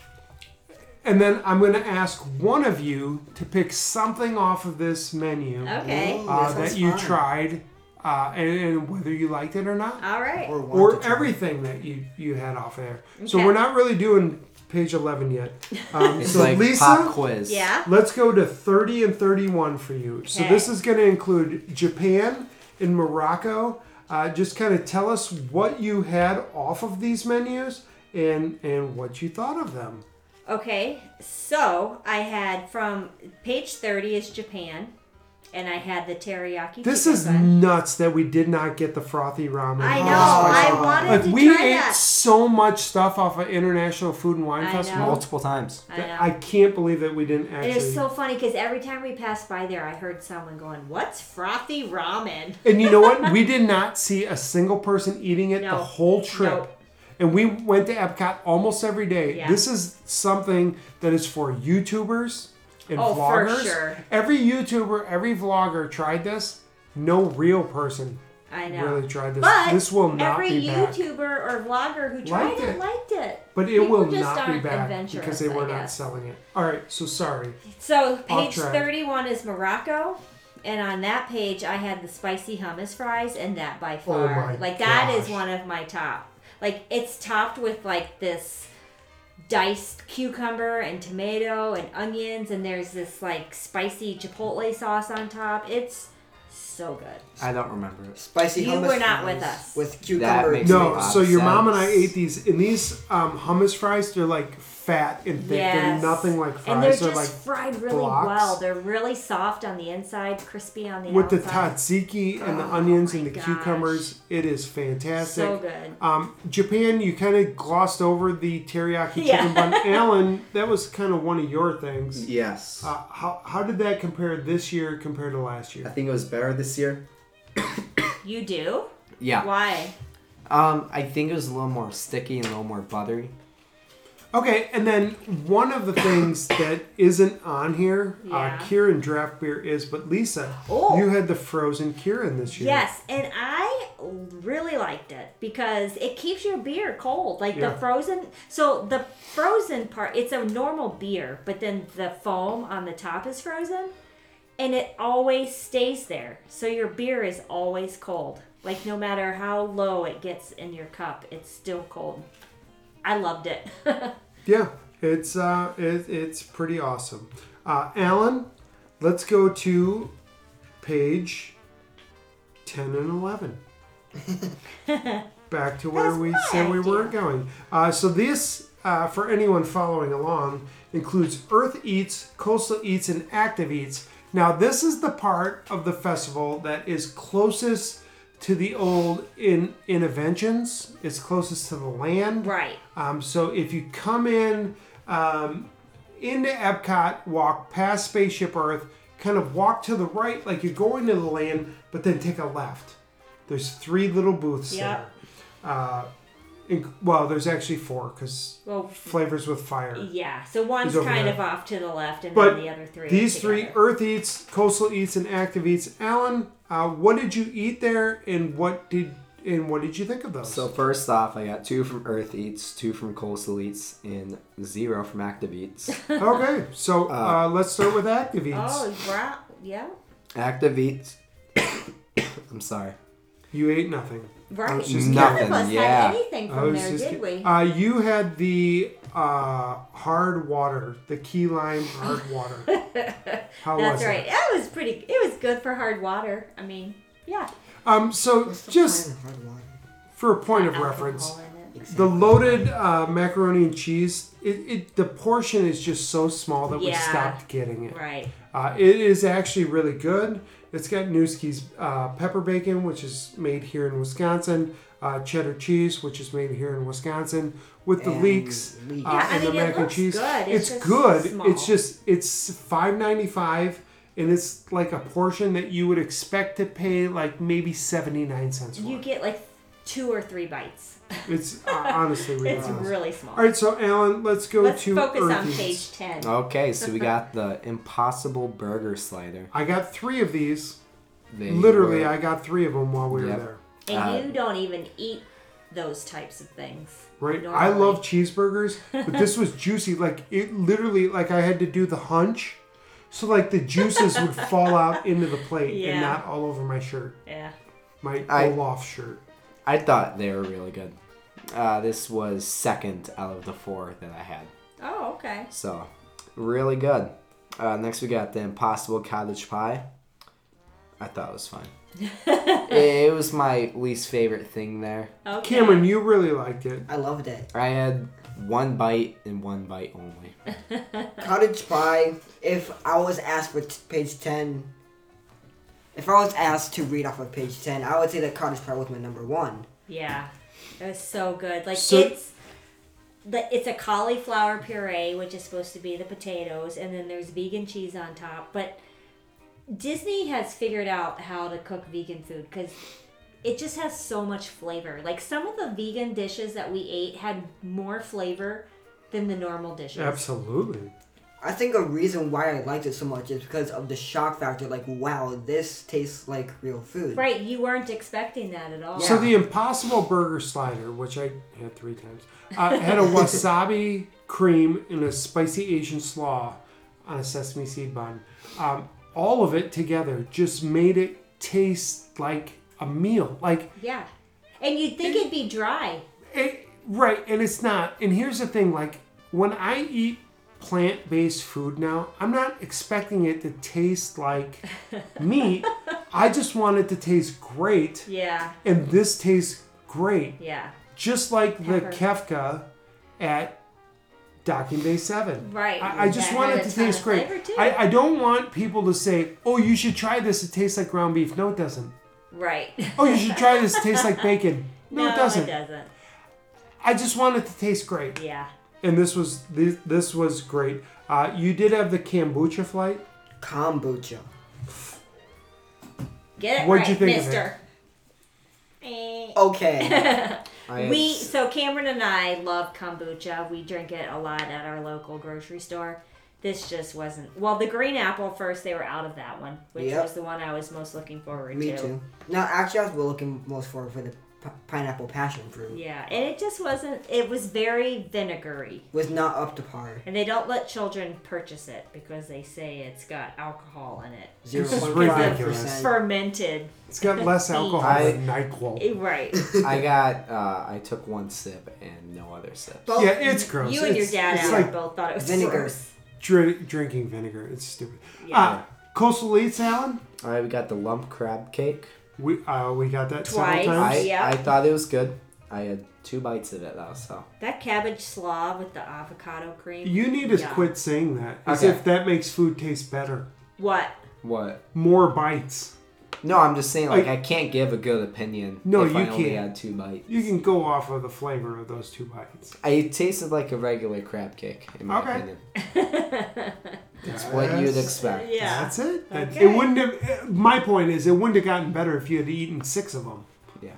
and then I'm going to ask one of you to pick something off of this menu
Okay.
Mm.
Ooh,
uh,
Oh, sounds
that you
fun.
tried, uh, and, and whether you liked it or not,
All right.
Or, want
or
to try.
everything that you you had off there. So
Okay.
we're not really doing page 11 yet. Um,
It's
so
like
Lisa,
pop quiz.
yeah.
let's go to 30 and 31 for you. So
Okay.
this is going to include Japan and Morocco. Uh, just kind of tell us what you had off of these menus and and what you thought of them.
Okay. So I had from page thirty is Japan. and I had the teriyaki.
This
chicken
is
bun.
nuts that we did not get the frothy ramen.
I know.
Oh.
I wanted
Like
to
we
try
ate
that.
so much stuff off of International Food and Wine
I
Festival.
know.
multiple times.
I know.
that I can't believe that we didn't actually.
it is so funny because every time we passed by there, I heard someone going, "What's frothy ramen?"
And you know what? We did not see a single person eating it the
No.
whole trip.
Nope.
And we went to Epcot almost every day.
Yeah.
This is something that is for YouTubers and
Oh, for
vloggers.
sure.
Every YouTuber, every vlogger tried this. No real person
I know.
really tried this.
But
this will not
every
be back.
YouTuber or vlogger who tried
Liked
it,
it.
liked it.
but it
People
will
just
not be
aren't
back
adventurous,
because they were
I
not
guess.
selling it. All right, so sorry.
So page
track.
31 is Morocco. And on that page, I had the spicy hummus fries, and that by far,
Oh my
like that is
gosh.
one of my top. Like it's topped with like this diced cucumber and tomato and onions, and there's this like spicy chipotle sauce on top. It's so good.
I don't remember it.
Spicy
You
hummus
were not
fries
with us.
With cucumber.
makes
and
me
No,
tomato.
Makes
so your mom and I
sense.
ate these, and these um, hummus fries, they're like fat and thick.
Yes.
They're nothing like fries.
And they're just
like
fried really
blocks.
well. They're really soft on the inside, crispy on the
with the
outside.
tzatziki and the onions and
Oh my
the
gosh.
cucumbers. It is fantastic.
So good.
Um, Japan, you kind of glossed over the teriyaki chicken
Yeah.
bun. Alan, that was kind of one of your things.
Yes.
Uh, how, how did that compare this year compared to last
I
year?
think it was better this year.
You do?
Yeah.
Why?
Um, I think it was a little more sticky and a little more buttery.
Okay, and then one of the things that isn't on here,
Yeah.
uh, Kieran draft beer is, but Lisa,
Oh.
you had the frozen Kieran this year.
Yes, and I really liked it because it keeps your beer cold. Like
Yeah.
the frozen, so the frozen part, it's a normal beer, but then the foam on the top is frozen, and it always stays there. So your beer is always cold. Like no matter how low it gets in your cup, it's still cold. I loved it.
Yeah, it's uh, it, it's pretty awesome. Uh, Alan, let's go to page ten and eleven. Back to where
That's
we
my
said we were
idea.
going. Uh, so this, uh, for anyone following along, includes Earth Eats, Coastal Eats, and Active Eats. Now this is the part of the festival that is closest to the old in interventions. It's closest to the land.
right.
Um, so if you come in um, into Epcot, walk past Spaceship Earth, kind of walk to the right like you're going to the land, but then take a left. There's three little booths
Yep.
there. Uh, in, well, there's actually four because
Well,
Flavors with Fire.
yeah. So one's
He's over
kind
there.
of off to the left, and
But
then the other three. are
These three
together.
Earth Eats, Coastal Eats, and Active Eats. Alan, uh, what did you eat there, and what did and what did you think of those?
So first off, I got two from Earth Eats, two from Coastal Eats, and zero from Active Eats.
okay, so uh, let's start with Active Eats.
Oh, wow. Yeah.
Active Eats. I'm sorry.
You ate nothing.
Right.
just
None
kidding.
of us
Yeah.
had anything
I
from
was
there,
just
did
kid-
we?
Uh, you had the uh, hard water, the key lime hard water. How
That's
was
right.
it?
It was pretty. It was good for hard water. I mean, yeah.
Um, so just
Fine, hard wine.
for a point of
Alcohol
reference,
in it.
the loaded uh, macaroni and cheese, it, it the portion is just so small that we
Yeah.
stopped getting it.
Right.
Uh, it is actually really good. It's got Newski's uh, pepper bacon, which is made here in Wisconsin, uh, cheddar cheese, which is made here in Wisconsin, with the
And
leeks,
leeks.
Uh,
Yeah, I
and the
mean, it
mac and
looks
cheese.
good.
It's,
It's just
good.
small.
It's just it's five ninety five, and it's like a portion that you would expect to pay like maybe seventy nine cents for.
You get like two or three bites.
it's uh, honestly
It's
ridiculous.
really small.
All right, so Alan, let's go
Let's
to
focus
Earth
on
Eats.
page ten.
Okay, so we got the Impossible Burger Slider.
I got three of these.
They
Literally,
were-
I got three of them while we
Yep.
were there.
And
Uh,
you don't even eat those types of things.
Right. I
normally.
love cheeseburgers, but this was juicy. Like it literally like I had to do the hunch. So like the juices would fall out into the plate and
Yeah.
not all over my shirt.
Yeah.
My
I-
Olaf shirt.
I thought they were really good. Uh, this was second out of the four that I had.
Oh, okay.
So, really good. Uh, next, we got the Impossible Cottage Pie. I thought it was fine. it, it was my least favorite thing there.
Okay.
Cameron, you really liked it.
I loved it.
I had one bite and one bite only.
Cottage pie. If I was asked for t- page ten, If I was asked to read off of page ten, I would say that Cottage Pie was my number one.
Yeah, it was so good. Like
So-
it's the it's a cauliflower puree, which is supposed to be the potatoes, and then there's vegan cheese on top. But Disney has figured out how to cook vegan food because it just has so much flavor. Like some of the vegan dishes that we ate had more flavor than the normal dishes.
Absolutely.
I think a reason why I liked it so much is because of the shock factor. Like, wow, this tastes like real food.
Right, you weren't expecting that at all.
So
Yeah.
the Impossible Burger Slider, which I had three times, uh, had a wasabi cream and a spicy Asian slaw on a sesame seed bun. Um, all of it together just made it taste like a meal. Like
yeah, and you'd think it'd be dry.
it, right, and it's not. And here's the thing: like when I eat plant-based food now, I'm not expecting it to taste like meat. I just want it to taste great,
Yeah,
and this tastes great
yeah.
just like
Pepper.
the Kefka at Docking Bay 7.
Right,
I, I just
that
want
had
it
a
to
ton
taste
of
great.
flavor, too.
I, I don't want people to say, oh, you should try this. It tastes like ground beef. No, it doesn't.
Right.
Oh, you should try this. It tastes like bacon. No, it doesn't.
It doesn't.
I just want it to taste great.
Yeah.
And this was this, this was great. Uh, you did have the kombucha flight.
Kombucha.
Get it
What'd
right,
you think of
mister. Eh.
Okay.
I
We so Cameron and I love kombucha. We drink it a lot at our local grocery store. This just wasn't well. The green apple first, they were out of that one, which
Yep.
was the one I was most looking forward
Me
to.
too. No, actually, I was looking most forward for the pi- pineapple passion fruit.
Yeah, and it just wasn't. It was very vinegary,
Was not up to par.
and they don't let children purchase it because they say it's got alcohol in it,
This is
0.5%.
ridiculous.
fermented.
It's got less alcohol
I-
than NyQuil.
Eh, Right.
I got uh, I took one sip and no other sips.
Both-
yeah, it's gross.
You and your
It's-
dad
it's
Adam
like
both thought it was
vinegar.
gross.
dri- drinking vinegar. It's stupid.
Yeah.
Uh, Coastal Elite Salad.
All right, we got the lump crab cake.
We uh, we got that
Twice.
several
I
times.
Yep.
I thought it was good. I had two bites of it though, so
That cabbage slaw with the avocado cream.
you need to
Yum.
quit saying that, as
Okay.
if that makes food taste better.
What?
what?
More bites.
No, I'm just saying like
I-
I can't give a good opinion.
No,
if I
you
only
can't.
had two bites.
You can go off of the flavor of those two bites.
I it tasted like a regular crab cake in my
Okay.
opinion.
That's
What you'd expect.
Yeah.
That's it. That-
Okay.
It wouldn't have. eh, My point is, it wouldn't have gotten better if you had eaten six of them.
Yeah.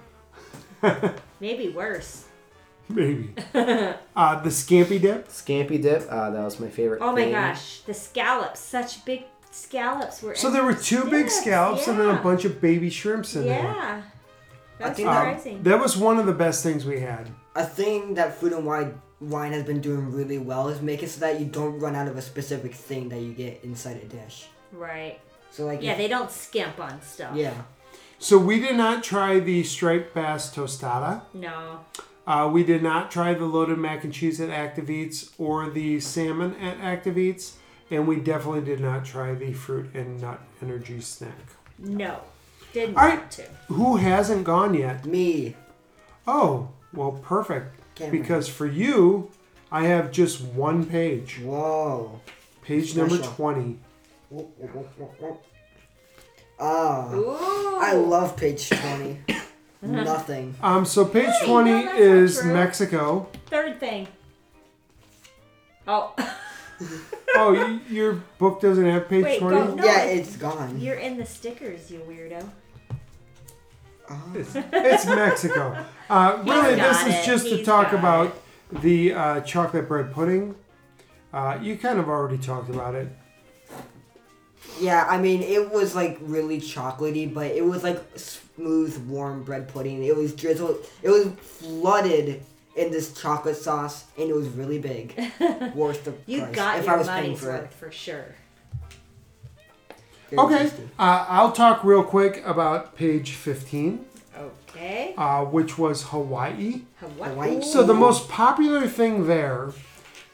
Maybe worse.
Maybe. uh, the scampi dip.
Scampy dip. Uh, that was my favorite.
Oh my
thing.
gosh, the scallops, such big scallops were.
So
in
there were
those
two big
dips,
scallops and then a
yeah.
bunch of baby shrimps in there.
Yeah. That's
think um, that-
surprising.
That was one of the best things we had.
A thing that Food and Wine Wine has been doing really well is making so that you don't run out of a specific thing that you get inside a dish.
right.
So like
Yeah,
if-
they don't skimp on stuff.
yeah.
So we did not try the striped bass tostada.
No.
Uh, we did not try the loaded mac and cheese at Active Eats or the salmon at Active Eats, and we definitely did not try the fruit and nut energy snack.
No. Didn't
All right.
want to.
Who hasn't gone yet?
Me.
Oh, well, perfect.
Cameron.
Because for you, I have just one page.
Whoa.
Page number
Special.
20.
Ah.
Ooh.
I love page twenty. Nothing.
Um, so page
Hey,
20
no, that's not
is
true.
Mexico.
Third thing. Oh,
Oh, y- your book doesn't have page
Wait,
20?
go- no.
yeah, it's gone.
you're in the stickers, you weirdo.
It's, it's Mexico. Uh, really, this
got
is
it.
just to
He's
talk
got
about the uh, chocolate bread pudding. Uh, you kind of already talked about it.
Yeah, I mean, it was like really chocolatey, but it was like smooth, warm bread pudding. It was drizzled, it was flooded in this chocolate sauce, and it was really big. Worth the
You
price.
got
if
your
I was paying
money's
for
worth
it.
for sure.
Very
Okay,
tasty.
uh, I'll talk real quick about page 15,
Okay.
uh, which was Hawaii.
Hawaii.
Hawaii.
So, the most popular thing there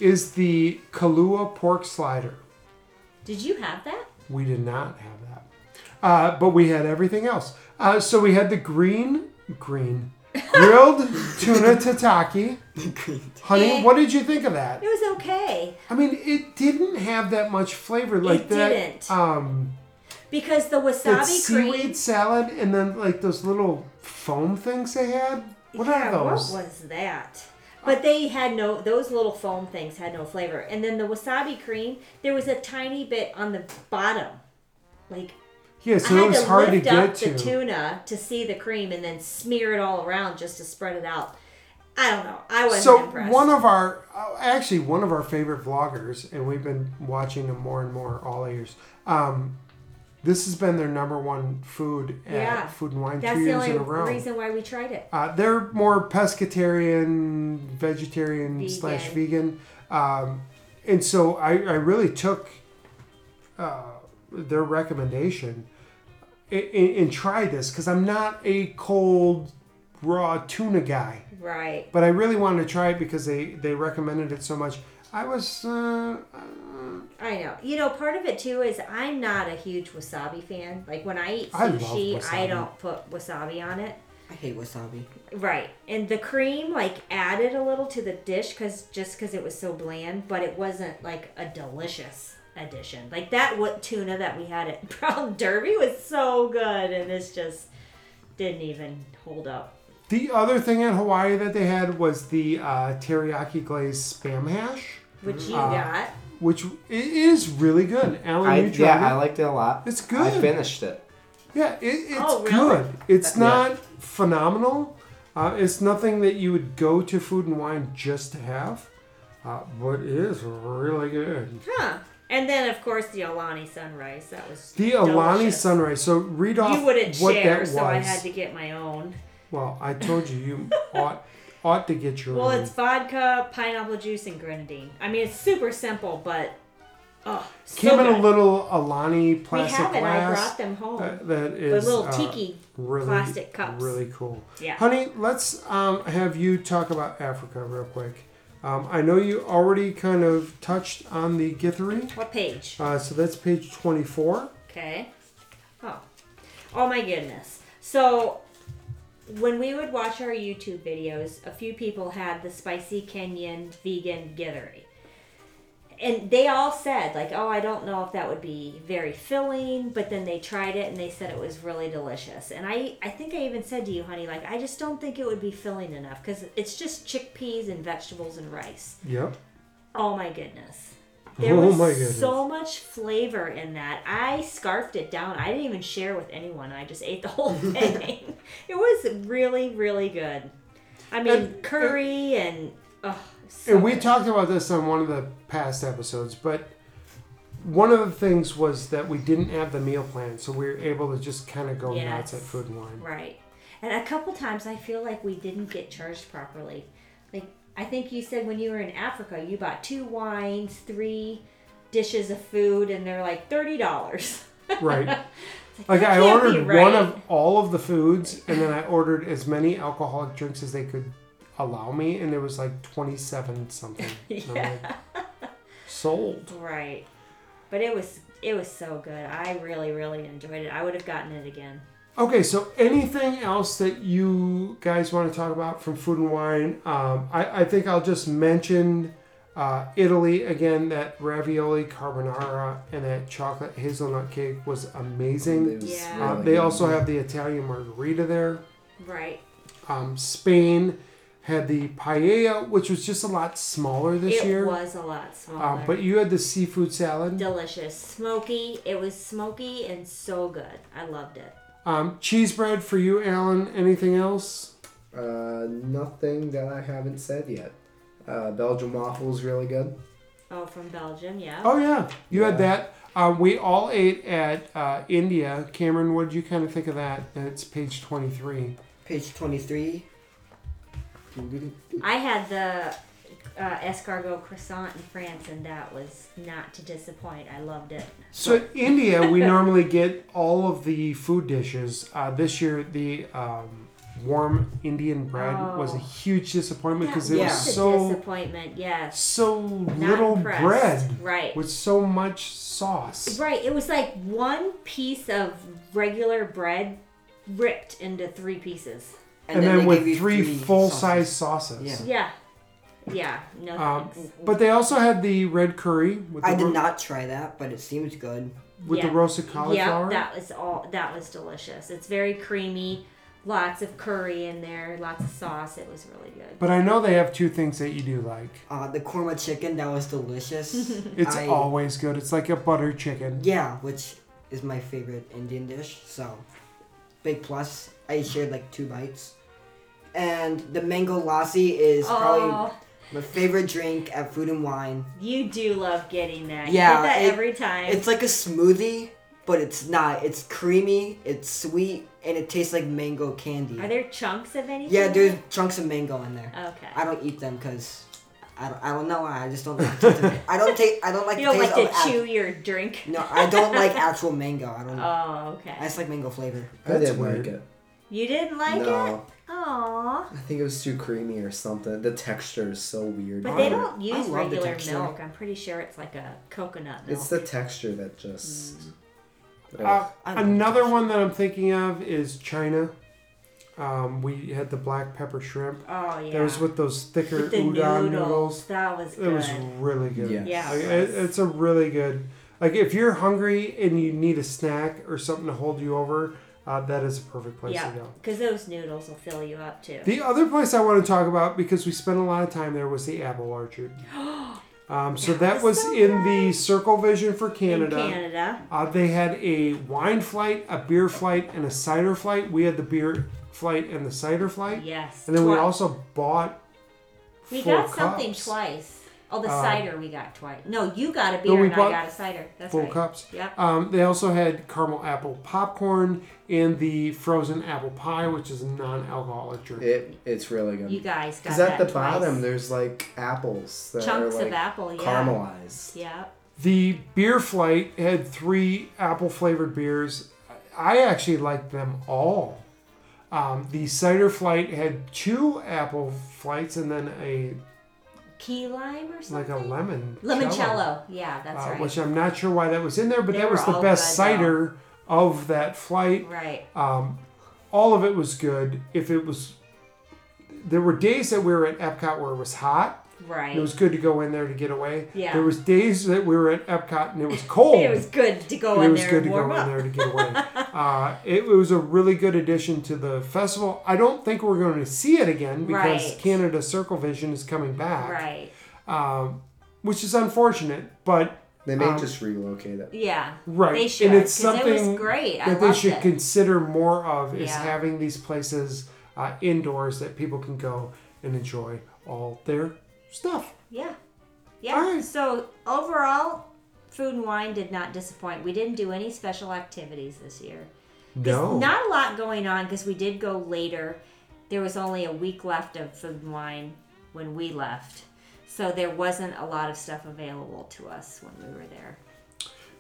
is the Kahlua pork slider.
Did you have that?
We did not have that. Uh, but we had everything else. Uh, so we had the green, green, grilled tuna tataki. Honey, what did you think of that?
It was okay
I mean, it didn't have that much flavor. Like
It
that.
didn't.
Um,
because the
That
wasabi cream.
seaweed salad and then like those little foam things they had. What
yeah,
are those?
What was that? But they had no; those little foam things had no flavor. And then the wasabi cream, there was a tiny bit on the bottom, like
yeah,
I
so
had
it was
to
hard to
lift
get
up
to.
the tuna to see the cream and then smear it all around just to spread it out. I don't know. I wasn't
so
impressed.
one of our uh, actually one of our favorite vloggers and we've been watching them more and more all years um, this has been their number one food at
Yeah.
food and wine
That's
two
the
years in a
only
row
reason why we tried it.
uh, they're more pescatarian vegetarian slash vegan um, and so I, I really took uh, their recommendation and, and tried this because i'm not a cold raw tuna guy
Right.
but I really wanted to try it because they they recommended it so much. I was uh,
I know. You know, part of it too is I'm not a huge wasabi fan. Like when I eat
I love
sushi, I,
wasabi.
don't put wasabi on it.
I hate wasabi.
Right. And the cream like added a little to the dish cuz just cuz it was so bland, but it wasn't like a delicious addition. Like that what tuna that we had at Brown Derby was so good and this just didn't even hold up.
the other thing in Hawaii that they had was the uh, teriyaki glazed spam hash,
Which you
Uh,
got.
which i- is really good. Alan,
I,
Oh, you tried
yeah, I
it.
liked it a lot.
It's
I
good.
finished it.
yeah, it, it's
Oh, really?
good. It's
Yeah.
not phenomenal. Uh, it's nothing that you would go to food and wine just to have, uh, but it is really good.
Huh. And then of course the Alani sunrise. That was
The Alani
delicious.
sunrise. So read off
You wouldn't
what
share,
that
so
was.
I had to get my own.
Well, I told you you ought ought to get your
Well,
own.
it's vodka, pineapple juice, and grenadine. I mean, it's super simple, but oh, so
Came in a
good.
little Alani
We
plastic
have it. I
glass.
brought them home.
uh, that
the
is
little
uh,
tiki
really,
plastic cups.
Really cool.
Yeah.
Honey, let's um, have you talk about Africa real quick. Um, I know you already kind of touched on the Githeri,
What page?
uh, so that's page 24.
Okay. Oh. Oh my goodness. So when we would watch our YouTube videos, a few people had the spicy Kenyan vegan githery. And they all said, like, oh, I don't know if that would be very filling, but then they tried it and they said it was really delicious. And I, I think I even said to you, honey, like, I just don't think it would be filling enough because it's just chickpeas and vegetables and rice.
Yep.
Oh my goodness. There
Oh
was
my goodness.
so much flavor in that. I scarfed it down. I didn't even share with anyone. I just ate the whole thing. it was really, really good. I mean,
And-
curry and oh, so
and we
good.
talked about this on one of the past episodes, but one of the things was that we didn't have the meal plan, so we were able to just kind of go nuts
Yes.
at Food and Wine.
right. And a couple times, I feel like we didn't get charged properly. Like I think you said when you were in Africa, you bought two wines, three dishes of food, and they're like thirty dollars.
Right. Like I
can't be
ordered one
right.
of all of the foods, and then I ordered as many alcoholic drinks as they could allow me, and it was like twenty-seven something. And I'm like, Sold.
Right. But it was it was so good. I really really enjoyed it. I would have gotten it again.
Okay, so anything else that you guys want to talk about from Food and Wine? Um, I, I think I'll just mention uh, Italy again. That ravioli carbonara and that chocolate hazelnut cake was amazing.
It was
Yeah.
Uh,
really
they
good.
also have the Italian margarita there.
Right.
Um, Spain had the paella, which was just a lot smaller this
it
year.
was a lot smaller.
Um, but you had the seafood salad.
delicious, smoky. It was smoky and so good. I loved it.
Um, cheese bread for you, Alan. Anything else?
Uh, nothing that I haven't said yet. Uh, Belgian waffles really good.
Oh, from Belgium, yeah.
Oh, yeah. You had
Yeah.
that. Uh, we all ate at uh, India. Cameron, what did you kind of think of that? It's page 23.
Page 23.
I had the uh, escargot croissant in France and that was not to disappoint. I loved it.
So, in India, we normally get all of the food dishes. Uh, this year, the um, warm Indian bread was a
Oh.
huge disappointment because
That
it
Yeah.
was
a
so,
disappointment. Yes.
so
Not
little
impressed.
bread.
Right.
with so much sauce.
Right. It was like one piece of regular bread ripped into three pieces.
And, then,
they give
with
you
three, full size
sauces.
sauces.
Yeah. Yeah. No
Um,
thanks.
but they also had the red curry. With the
I did
ro-
not try that, but it seems good.
with the
Yeah.
roasted cauliflower.
Yeah, that was all. That was delicious. It's very creamy. Lots of curry in there. Lots of sauce. It was really good.
but I know they have two things that you do like.
Uh, the korma chicken that was delicious.
It's
I-
always good. It's like a butter chicken.
Yeah, which is my favorite Indian dish. So, big plus. I shared like two bites. And the mango lassi is probably
Oh,
my favorite drink at Food and Wine.
you do love getting that.
Yeah,
you get that
it-
every time.
It's like a smoothie, but it's not. It's creamy, it's sweet, and it tastes like mango candy.
Are there chunks of anything?
yeah, there's chunks of mango in there.
Okay.
I don't eat them because I don't, I don't know why. I just don't like the taste of it. I don't take I don't like
you
the
don't like
taste
to
of
chew your drink.
ac- No, I don't like actual mango. I don't.
Oh, okay.
I just like mango flavor.
I
That's
didn't
weird.
like it.
you didn't like it.
no,
Aw.
I think it was too creamy or something. The texture is so weird.
But they
I-
don't
I
use
love the
regular
texture.
milk. I'm pretty sure it's like a coconut milk.
It's the texture that just.
Mm.
Uh,
Oh.
Ugh.
I love
another one that I'm thinking of is China. Um, we had the black pepper shrimp.
oh yeah.
That was with those thicker
With the
udon
noodles.
noodles.
That was
It
good.
was really good.
Yeah.
yeah.
Like,
it
it,
was.
it's a really good. Like if you're hungry and you need a snack or something to hold you over, uh, that is a perfect place
yeah,
to go.
because those noodles will fill you up too.
The other place I want to talk about because we spent a lot of time there was the apple orchard. Um, so that was in the Circle Vision for Canada.
In Canada.
Uh, they had a wine flight, a beer flight, and a cider flight. We had the beer flight and the cider flight,
Yes.
and then we
Twi-
also bought.
we
four
got something
cups. Uh,
twice. Oh, the cider we got twice. No, you got a beer
we
and I
bought
got a cider. That's
full
right.
cups.
Yep.
Um, they also had caramel apple popcorn and the frozen apple pie, which is a non-alcoholic drink.
It, it's really good.
you guys got
Because
that
at the
twice.
bottom, there's like apples that
Chunks
are
of
like
apple, yeah.
caramelized.
Yep.
The beer flight had three apple flavored beers. I actually liked them all. Um, the cider flight had two apple flights and then a
Key lime or something.
like a lemon
Limoncello. Yeah, that's
uh,
right.
which I'm not sure why that was in there, but
They
that was
were
the
all
best
good,
cider of that flight.
right.
Um, all of it was good. If it was, there were days that we were at Epcot where it was hot.
Right.
and It was good to go in there to get away.
Yeah.
There was days that we were at Epcot and it was cold.
it was good to go
and it
in
was
there
good
and
to go
warm up.
in there to get away. uh, it was a really good addition to the festival. I don't think we're going to see it again because
Right.
Canada Circle Vision is coming back,
Right.
um, which is unfortunate. But
They may
Um,
just relocate it.
Yeah.
Right.
They should.
And it's
'cause it
something
was great. I
that they
loved
should
it.
consider more of is
Yeah.
having these places uh, indoors that people can go and enjoy all their stuff.
Yeah. Yeah.
All right.
So overall, food and wine did not disappoint. We didn't do any special activities this year. 'Cause
No.
Not a lot going on because we did go later. There was only a week left of food and wine when we left. So there wasn't a lot of stuff available to us when we were there.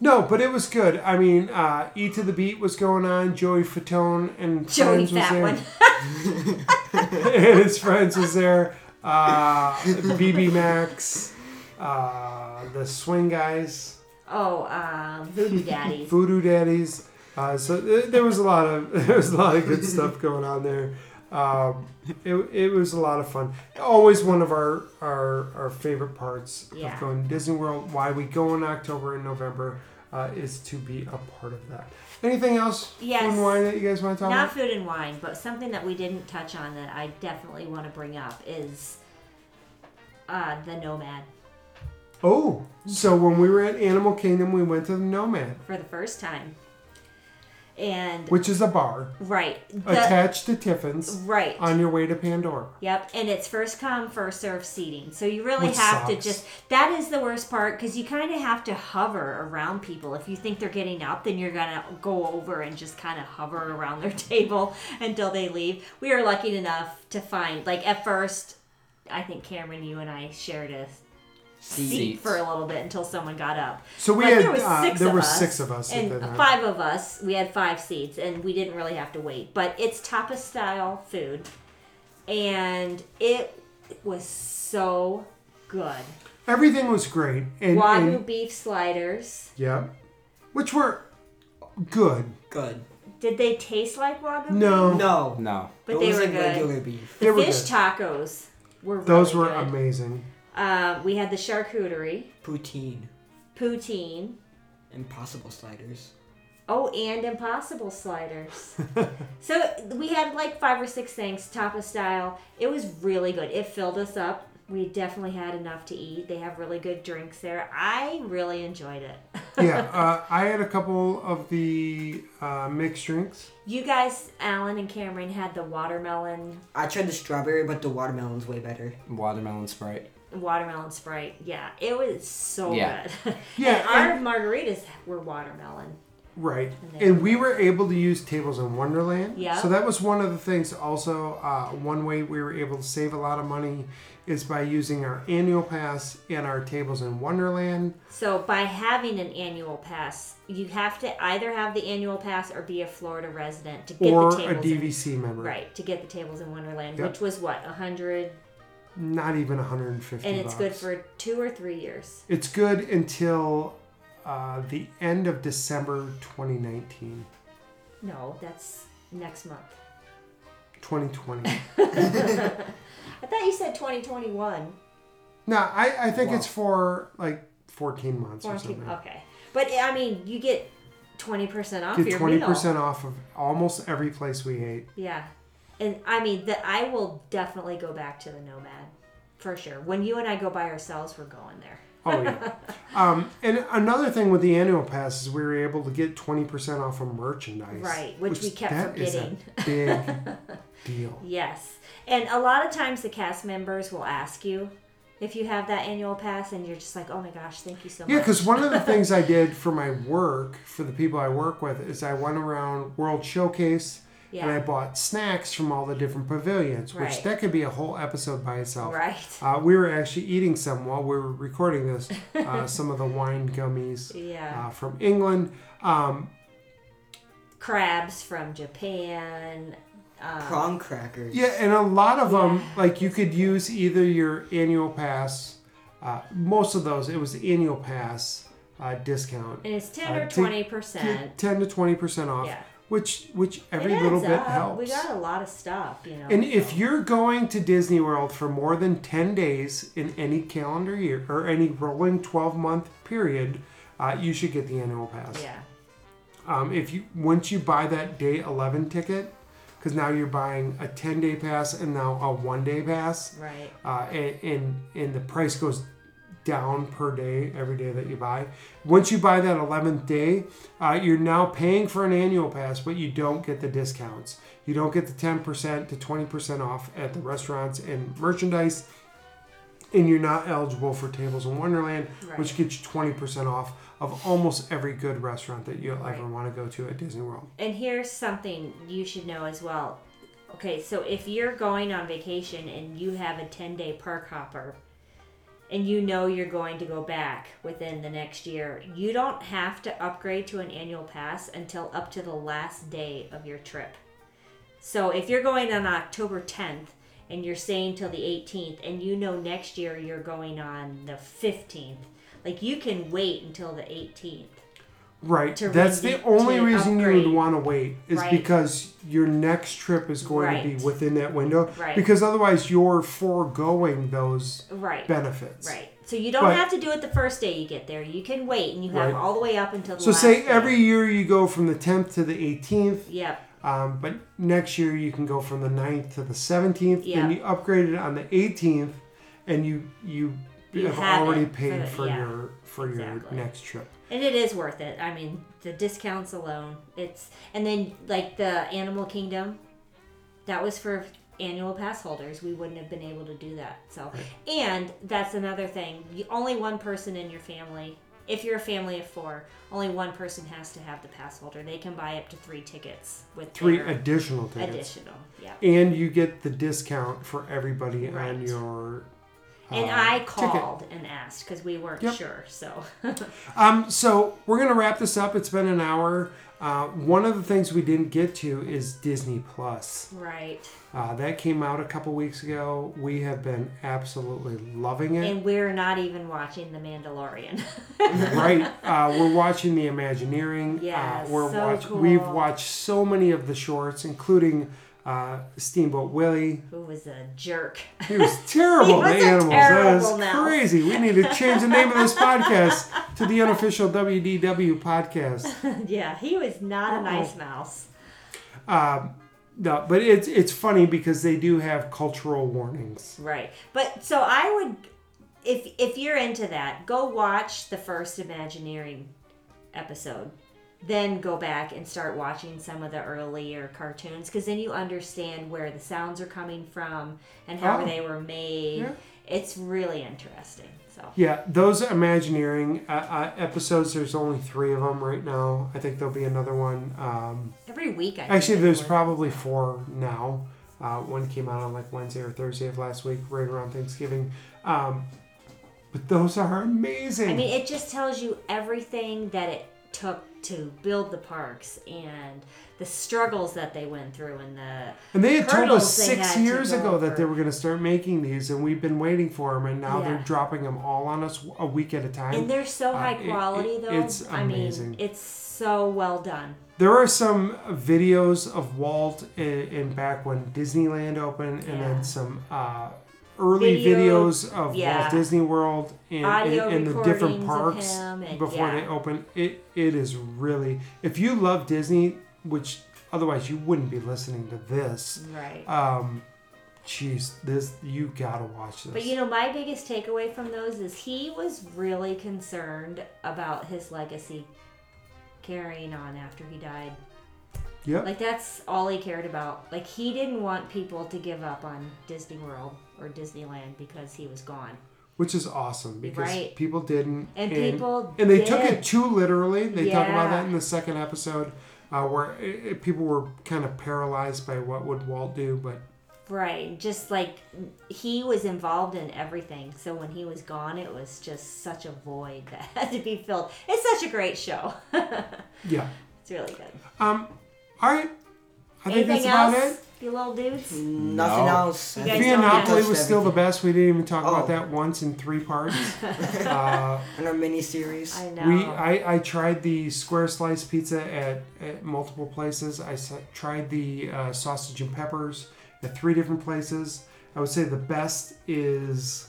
no, but it was good. I mean, uh, E to the Beat was going on. Joey Fatone and
Joey
friends was
Fat
there.
One.
and his friends was there. Uh, BB Max, uh, the Swing Guys,
Oh, um, Voodoo Daddies.
Voodoo Daddies. Uh, so th- there was a lot of there was a lot of good stuff going on there. Um, it, it was a lot of fun. Always one of our our, our favorite parts
Yeah.
of going to Disney World. Why we go in October and November uh, is to be a part of that. Anything else?
Yes.
On wine that you guys want to talk
Not
about?
food and wine, but something that we didn't touch on that I definitely want to bring up is uh, the Nomad.
Oh, so when we were at Animal Kingdom, we went to the Nomad.
for the first time. And
which is a bar
right, the-
attached to Tiffin's
right,
on your way to Pandora.
yep, and it's first come first serve seating. So you really
Which
have to
sucks.
just that is the worst part because you kind of have to hover around people. If you think they're getting up, then you're gonna go over and just kind of hover around their table until they leave. We were lucky enough to find like at first, I think Cameron, you and I shared a seat,
Seat.
for a little bit until someone got up.
So we
But
had
there was
uh,
six
there
of
were
us,
six of us at
and
the time.
five of us. We had five seats, and we didn't really have to wait. But it's tapas style food, and it was so good.
Everything was great, and,
Wagyu
and
beef sliders.
yeah, which were good.
Good.
Did they taste like wagyu?
No,
No.
No.
but
it
they
was
were
like
good.
regular beef.
They
The
were
fish
good.
tacos were really
those were
good.
amazing.
Uh, we had the charcuterie,
Poutine.
poutine,
Impossible sliders.
Oh, and Impossible Sliders. so we had like five or six things, tapa style. It was really good. It filled us up. We definitely had enough to eat. They have really good drinks there. I really enjoyed it.
yeah, uh, I had a couple of the uh, mixed drinks.
You guys, Alan and Cameron, had the watermelon
I tried the strawberry, but the watermelon's way better.
Watermelon Sprite.
watermelon sprite. Yeah, it was so
Yeah.
good.
Yeah,
and our margaritas were watermelon.
Right. And we were able to use tables in Wonderland.
Yeah.
So that was one of the things. Also, uh, one way we were able to save a lot of money is by using our annual pass and our tables in Wonderland.
So by having an annual pass, you have to either have the annual pass or be a Florida resident to get
or
the
a
tables. in-
DVC member.
Right, to get the tables in Wonderland,
Yep.
which was what, a hundred
Not even 150
and it's good
bucks.
for two or three years.
It's good until uh, the end of December 2019.
No, that's next month.
2020.
I thought you said twenty twenty one.
no, I, I think
Wow.
it's for like 14 months or
Quarantine.
something.
Okay. But I mean you get twenty percent off
Get
your
20%
meal.
off of almost every place we ate.
Yeah. And I mean that I will definitely go back to the Nomad. For sure. When you and I go by ourselves, we're going there.
Oh yeah. um, and another thing with the annual pass is we were able to get twenty percent off of merchandise.
Right, which we kept
that is a big deal.
Yes. And a lot of times the cast members will ask you if you have that annual pass and you're just like, Oh my gosh, thank you so
Yeah,
much.
because one of the things I did for my work, for the people I work with, is I went around World Showcase and
Yeah.
I bought snacks from all the different pavilions, which
Right.
that could be a whole episode by itself.
Right.
Uh, we were actually eating some while we were recording this. Uh, some of the wine gummies
Yeah.
uh, from England. Um,
Crabs from Japan. Uh.
Prong crackers.
Yeah, and a lot of them, like you could use either your annual pass. Uh, most of those, it was annual pass uh, discount,
And it's ten
Uh,
or
to-
twenty percent.
ten to twenty percent off,
Yeah.
which which
It
every
adds
little bit
up.
helps.
We got a lot of stuff, you know.
and if you're going to Disney World for more than ten days in any calendar year or any rolling twelve month period, uh, you should get the annual pass.
yeah,
Um, if you once you buy that day eleven ticket, because now you're buying a ten day pass and now a one day pass.
right.
uh, and, and and the price goes down per day every day that you buy. Once you buy that 11th day, uh, you're now paying for an annual pass, but you don't get the discounts. You don't get the 10% to 20% off at the restaurants and merchandise, and you're not eligible for Tables in Wonderland, which
Right.
gets you 20% off of almost every good restaurant that you'll ever
Right.
want to go to at Disney World.
And here's something you should know as well. Okay, so if you're going on vacation and you have a 10 day park hopper and you know you're going to go back within the next year, you don't have to upgrade to an annual pass until up to the last day of your trip. So if you're going on October 10th and you're staying till the 18th and you know next year you're going on the 15th, like you can wait until the 18th.
Right.
to
That's
renew-
the only
to
reason you
upgrade.
would want to wait is
Right.
because your next trip is going to be
Right.
within that window.
Right.
Because otherwise, you're foregoing those
Right.
benefits.
Right. So you don't
But-
have to do it the first day you get there. You can wait, and you
Right.
have all the way up until the
So
last
say
day.
every year you go from the 10th to the 18th,
Yep.
um, but next year you can go from the 9th to the 17th,
Yeah.
and you upgrade it on the 18th, and you you,
You
have
have
already
it for
paid
the-
for
yeah.
your for your
Exactly.
next trip.
And it is worth it. I mean, the discounts alone. It's and then like the Animal Kingdom, that was for annual pass holders. We wouldn't have been able to do that. So, and that's another thing. You, only one person in your family. If you're a family of four, only one person has to have the pass holder. They can buy up to three tickets with
Three
their
additional tickets.
additional. Yeah.
and you get the discount for everybody
Right.
on your.
And
uh,
I
ticket.
called and asked because we weren't
Yep.
sure. So
Um, so we're gonna wrap this up. It's been an hour. Uh, one of the things we didn't get to is Disney Plus.
right,
Uh, that came out a couple weeks ago. We have been absolutely loving it.
and we're not even watching The Mandalorian.
right, uh, we're watching the Imagineering.
Yeah,
uh, we're
so cool.
We've watched so many of the shorts, including uh, Steamboat Willie.
Who was a jerk?
He was terrible.
He
the
was a
animals.
terrible
that is
mouse.
crazy. We need to change the name of this podcast to the unofficial WDW podcast.
yeah, he was not a
Oh.
nice mouse.
Um, no, but it's it's funny because they do have cultural warnings.
Right. But so I would if if you're into that, go watch the first Imagineering episode. Then go back and start watching some of the earlier cartoons because then you understand where the sounds are coming from and how
Oh.
they were made.
Yeah.
It's really interesting. So
Yeah, those Imagineering uh, uh, episodes. There's only three of them right now. I think there'll be another one. Um,
every week I think
actually,
they
there's
were-
probably four now. Uh, one came out on like Wednesday or Thursday of last week, right around Thanksgiving. Um, but those are amazing.
I mean, it just tells you everything that it took to build the parks and the struggles that they went through and the
and they had told us
hurdles they
six
had to
years
go
ago that
over.
they were going to start making these, and we've been waiting for them, and now
Yeah.
they're dropping them all on us a week at a time.
and they're so
uh,
high
it-
quality
it-
though.
it's
I
amazing.
mean, it's so well done.
There are some videos of Walt in, in back when Disneyland opened, and
Yeah.
then some uh, early
Video-
videos of
yeah.
Walt Disney World and, and,
Audio
and the different
recordings
parks
of him and-
before
yeah.
they opened. It it is really if you love Disney, which otherwise you wouldn't be listening to this.
Right.
Um, jeez, this you gotta watch this.
But you know, my biggest takeaway from those is he was really concerned about his legacy carrying on after he died.
yep.
Like that's all he cared about. Like he didn't want people to give up on Disney World or Disneyland because he was gone.
which is awesome because
Right.
people didn't
And people
and they took
did.
it too literally they talk about that
Yeah.
in the second episode uh, where i i- people were kind of paralyzed by what would walt do but
Right. Just like he was involved in everything. So when he was gone, it was just such a void that had to be filled. It's such a great show. it's
yeah
really good.
um all right i think
Anything
that's about
else,
it
you little dudes?
Nothing
No.
else.
You guys don't have
Fianopoly
to-
was still the best. We didn't even talk
Oh.
about that once in three parts. uh,
in our mini series.
I know.
we, uh, I, I tried the square slice pizza at, at multiple places. I s- tried the uh, sausage and peppers at three different places. I would say the best is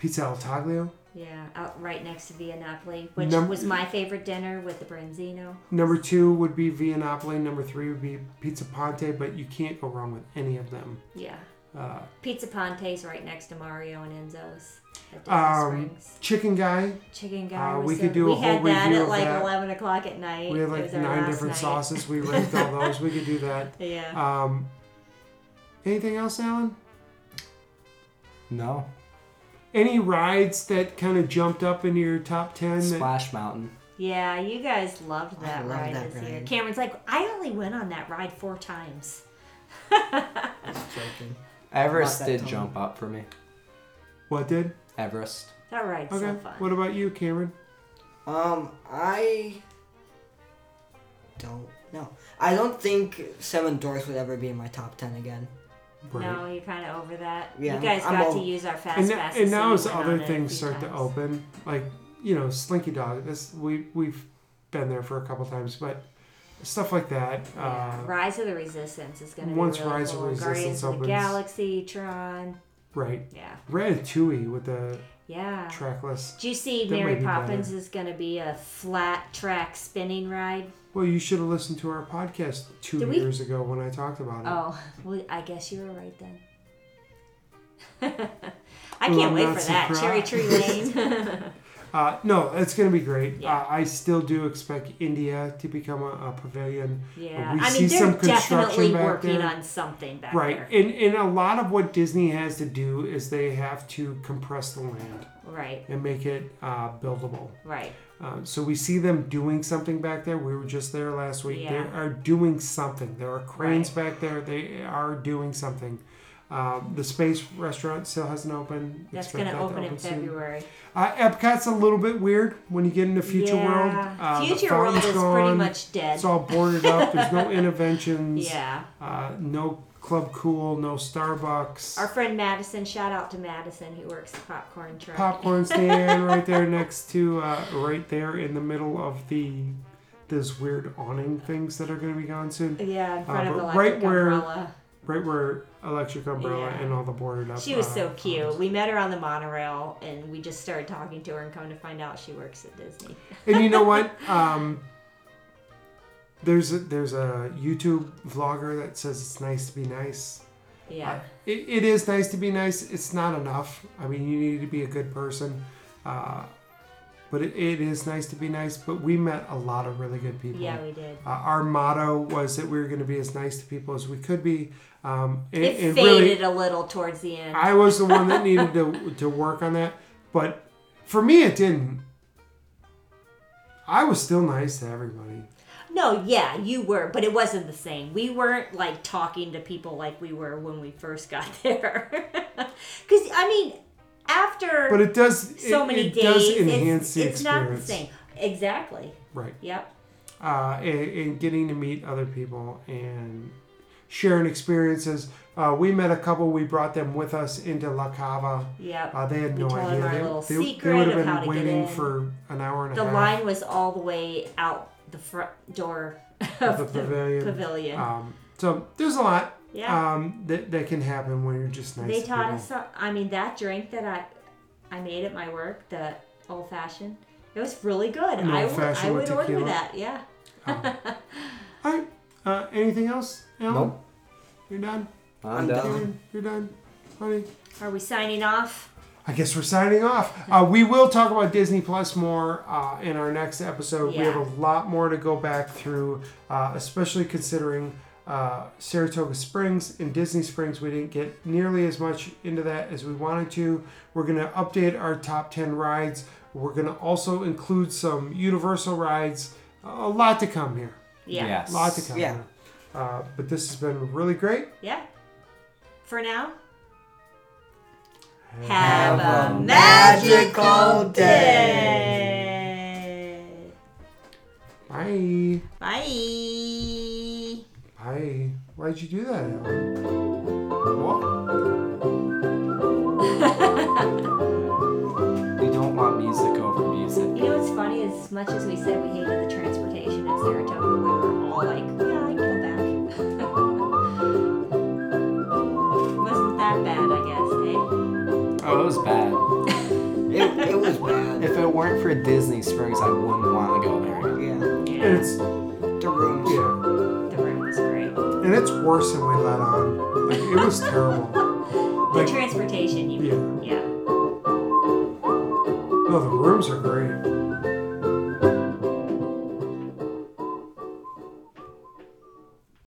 Pizza Al Taglio.
yeah, out right next to Via Napoli, which
Num-
was my favorite dinner with the Branzino.
Number two would be Viennapoli. Number three would be Pizza Ponte, but you can't go wrong with any of them.
Yeah.
Uh,
Pizza Ponte's right next to Mario and Enzo's at Disney
um,
Springs.
chicken Guy.
Chicken guy.
uh,
was
we
so
could
good.
do a
we
whole
had that
review
at
of
like
that.
11 o'clock at night.
We had
It
like
was our
nine
last
different
night.
sauces. We ranked all those. We could do that.
Yeah.
Um, anything else, Alan?
No.
Any rides that kind of jumped up into your top ten? That,
Splash Mountain.
Yeah, you guys loved that
loved
ride
that
this year.
ride.
Cameron's like, I only went on that ride four times.
Joking.
Everest
that
did
tall.
jump up for me.
what did?
Everest.
That ride's
Okay.
so fun.
What about you, Cameron?
Um, I don't know. I don't think Seven Doors would ever be in my top ten again.
No, you're kind of over that.
Yeah,
you guys
I'm
got
all-
to use our fast
And, now-
passes.
and
so
now
you
as
went
other
on it a
things
few
start to
times.
open, like you know, Slinky Dog. This we we've been there for a couple times, but stuff like that.
Yeah.
Uh,
Rise of the Resistance is going to
once
be really
Rise of
cool.
the Resistance
Guardians of
opens-
the Galaxy, Tron.
right.
Yeah,
Ratatouille with the
yeah.
track list.
Do you see
That might
Mary
be
Poppins
better.
is going to be a flat track spinning ride?
Well, you should have listened to our podcast two
Did we-
years ago when I talked about it.
Oh, well, I guess you were right then. I
Well,
can't
I'm
wait
not
for that. Cherry Tree Lane.
Uh, no, it's going to be great.
Yeah.
Uh, I still do expect India to become a, a pavilion.
Yeah,
We
I
see
mean they're
some construction
definitely
back
working
there.
on something back
Right,
there.
and and a lot of what Disney has to do is they have to compress the land
Right,
and make it uh, buildable.
right.
Um, so we see them doing something back there. We were just there last week. They
Yeah.
are doing something. There are cranes back there. They are doing something. Um, the space restaurant still hasn't opened.
That's
Expect
going to
that
open in
soon.
February.
Uh, Epcot's a little bit weird when you get into Future World.
Yeah.
Uh, the
Future World
fountain's
is pretty
gone.
much dead.
It's all boarded up. There's no interventions.
Yeah.
Uh, no Club Cool. No Starbucks.
Our friend Madison, shout out to Madison who works the popcorn truck.
popcorn stand right there next to uh, right there in the middle of the those weird awning things that are going to be gone soon.
yeah, in front
Uh,
of
but
Electric
right where-
Umbrella.
right where Electric Umbrella
Yeah.
and all the boarded up.
She was
uh,
so cute.
farms.
We met her on the monorail and we just started talking to her and come to find out she works at Disney.
And you know what? Um, there's a, there's a YouTube vlogger that says it's nice to be nice.
Yeah.
It, it is nice to be nice. It's not enough. I mean, you need to be a good person. Uh, but it, it is nice to be nice. But we met a lot of really good people.
Yeah, we did.
Uh, our motto was that we were going to be as nice to people as we could be. Um, and,
It,
and
faded
really,
a little towards the end.
I was the one that needed to, to work on that. But for me, it didn't. I was still nice to everybody.
No, yeah, you were, but it wasn't the same. We weren't like talking to people like we were when we first got there. Because I mean, after
But it does. It,
so many
it
days,
does
it's-
enhance the
it's
experience.
not the same. Exactly.
Right.
Yep.
Uh, and, and getting to meet other people and sharing experiences. Uh, we met a couple. We brought them with us into La Cava.
Yep.
Uh, they had
We
no
told them
idea.
our
They-
little
they,
secret
would
of
have
how
been
to get
waiting
in.
for an hour and
the
a half.
line was all the way out the front door
Of
of
the
the,
pavilion.
pavilion.
Um, so there's a lot
Yeah.
um, that, that can happen when you're just nice.
they
to
taught
people.
us. some- I mean, that drink that I I made at my work, the old fashioned, it was really good.
An
I would, I
old-fashioned
would
with
order
tequila?
that. Yeah.
All right. Uh, anything else, Alan?
Nope.
You're done.
I'm
I'm
done.
done.
You're done, honey.
Are we signing off?
I guess we're signing off. Uh, we will talk about Disney Plus more uh, in our next episode. We
Yeah.
have a lot more to go back through, uh, especially considering uh, Saratoga Springs and Disney Springs. We didn't get nearly as much into that as we wanted to. We're going to update our top 10 rides. We're going to also include some Universal rides. A lot to come here.
Yeah.
A lot to come
Yeah.
here. Uh, but this has been really great.
Yeah. For now.
Have
Have
a
a
magical
magical
day.
day.
Bye.
Bye.
Bye. Why'd you do that, Alan? What?
We don't want music over music.
You know what's funny? As much as we said we hated the transportation at Saratoga, we were all like, yeah, I'd go back. Wasn't that bad, I guess,
Oh, it was bad.
It, it was bad.
If it weren't for Disney Springs, I wouldn't want to go there.
Yeah.
eh?
And it's
The rooms.
yeah,
The room was great.
and it's worse than we let on. Like, it was terrible.
The
Like,
transportation, you mean? Yeah.
no, the rooms are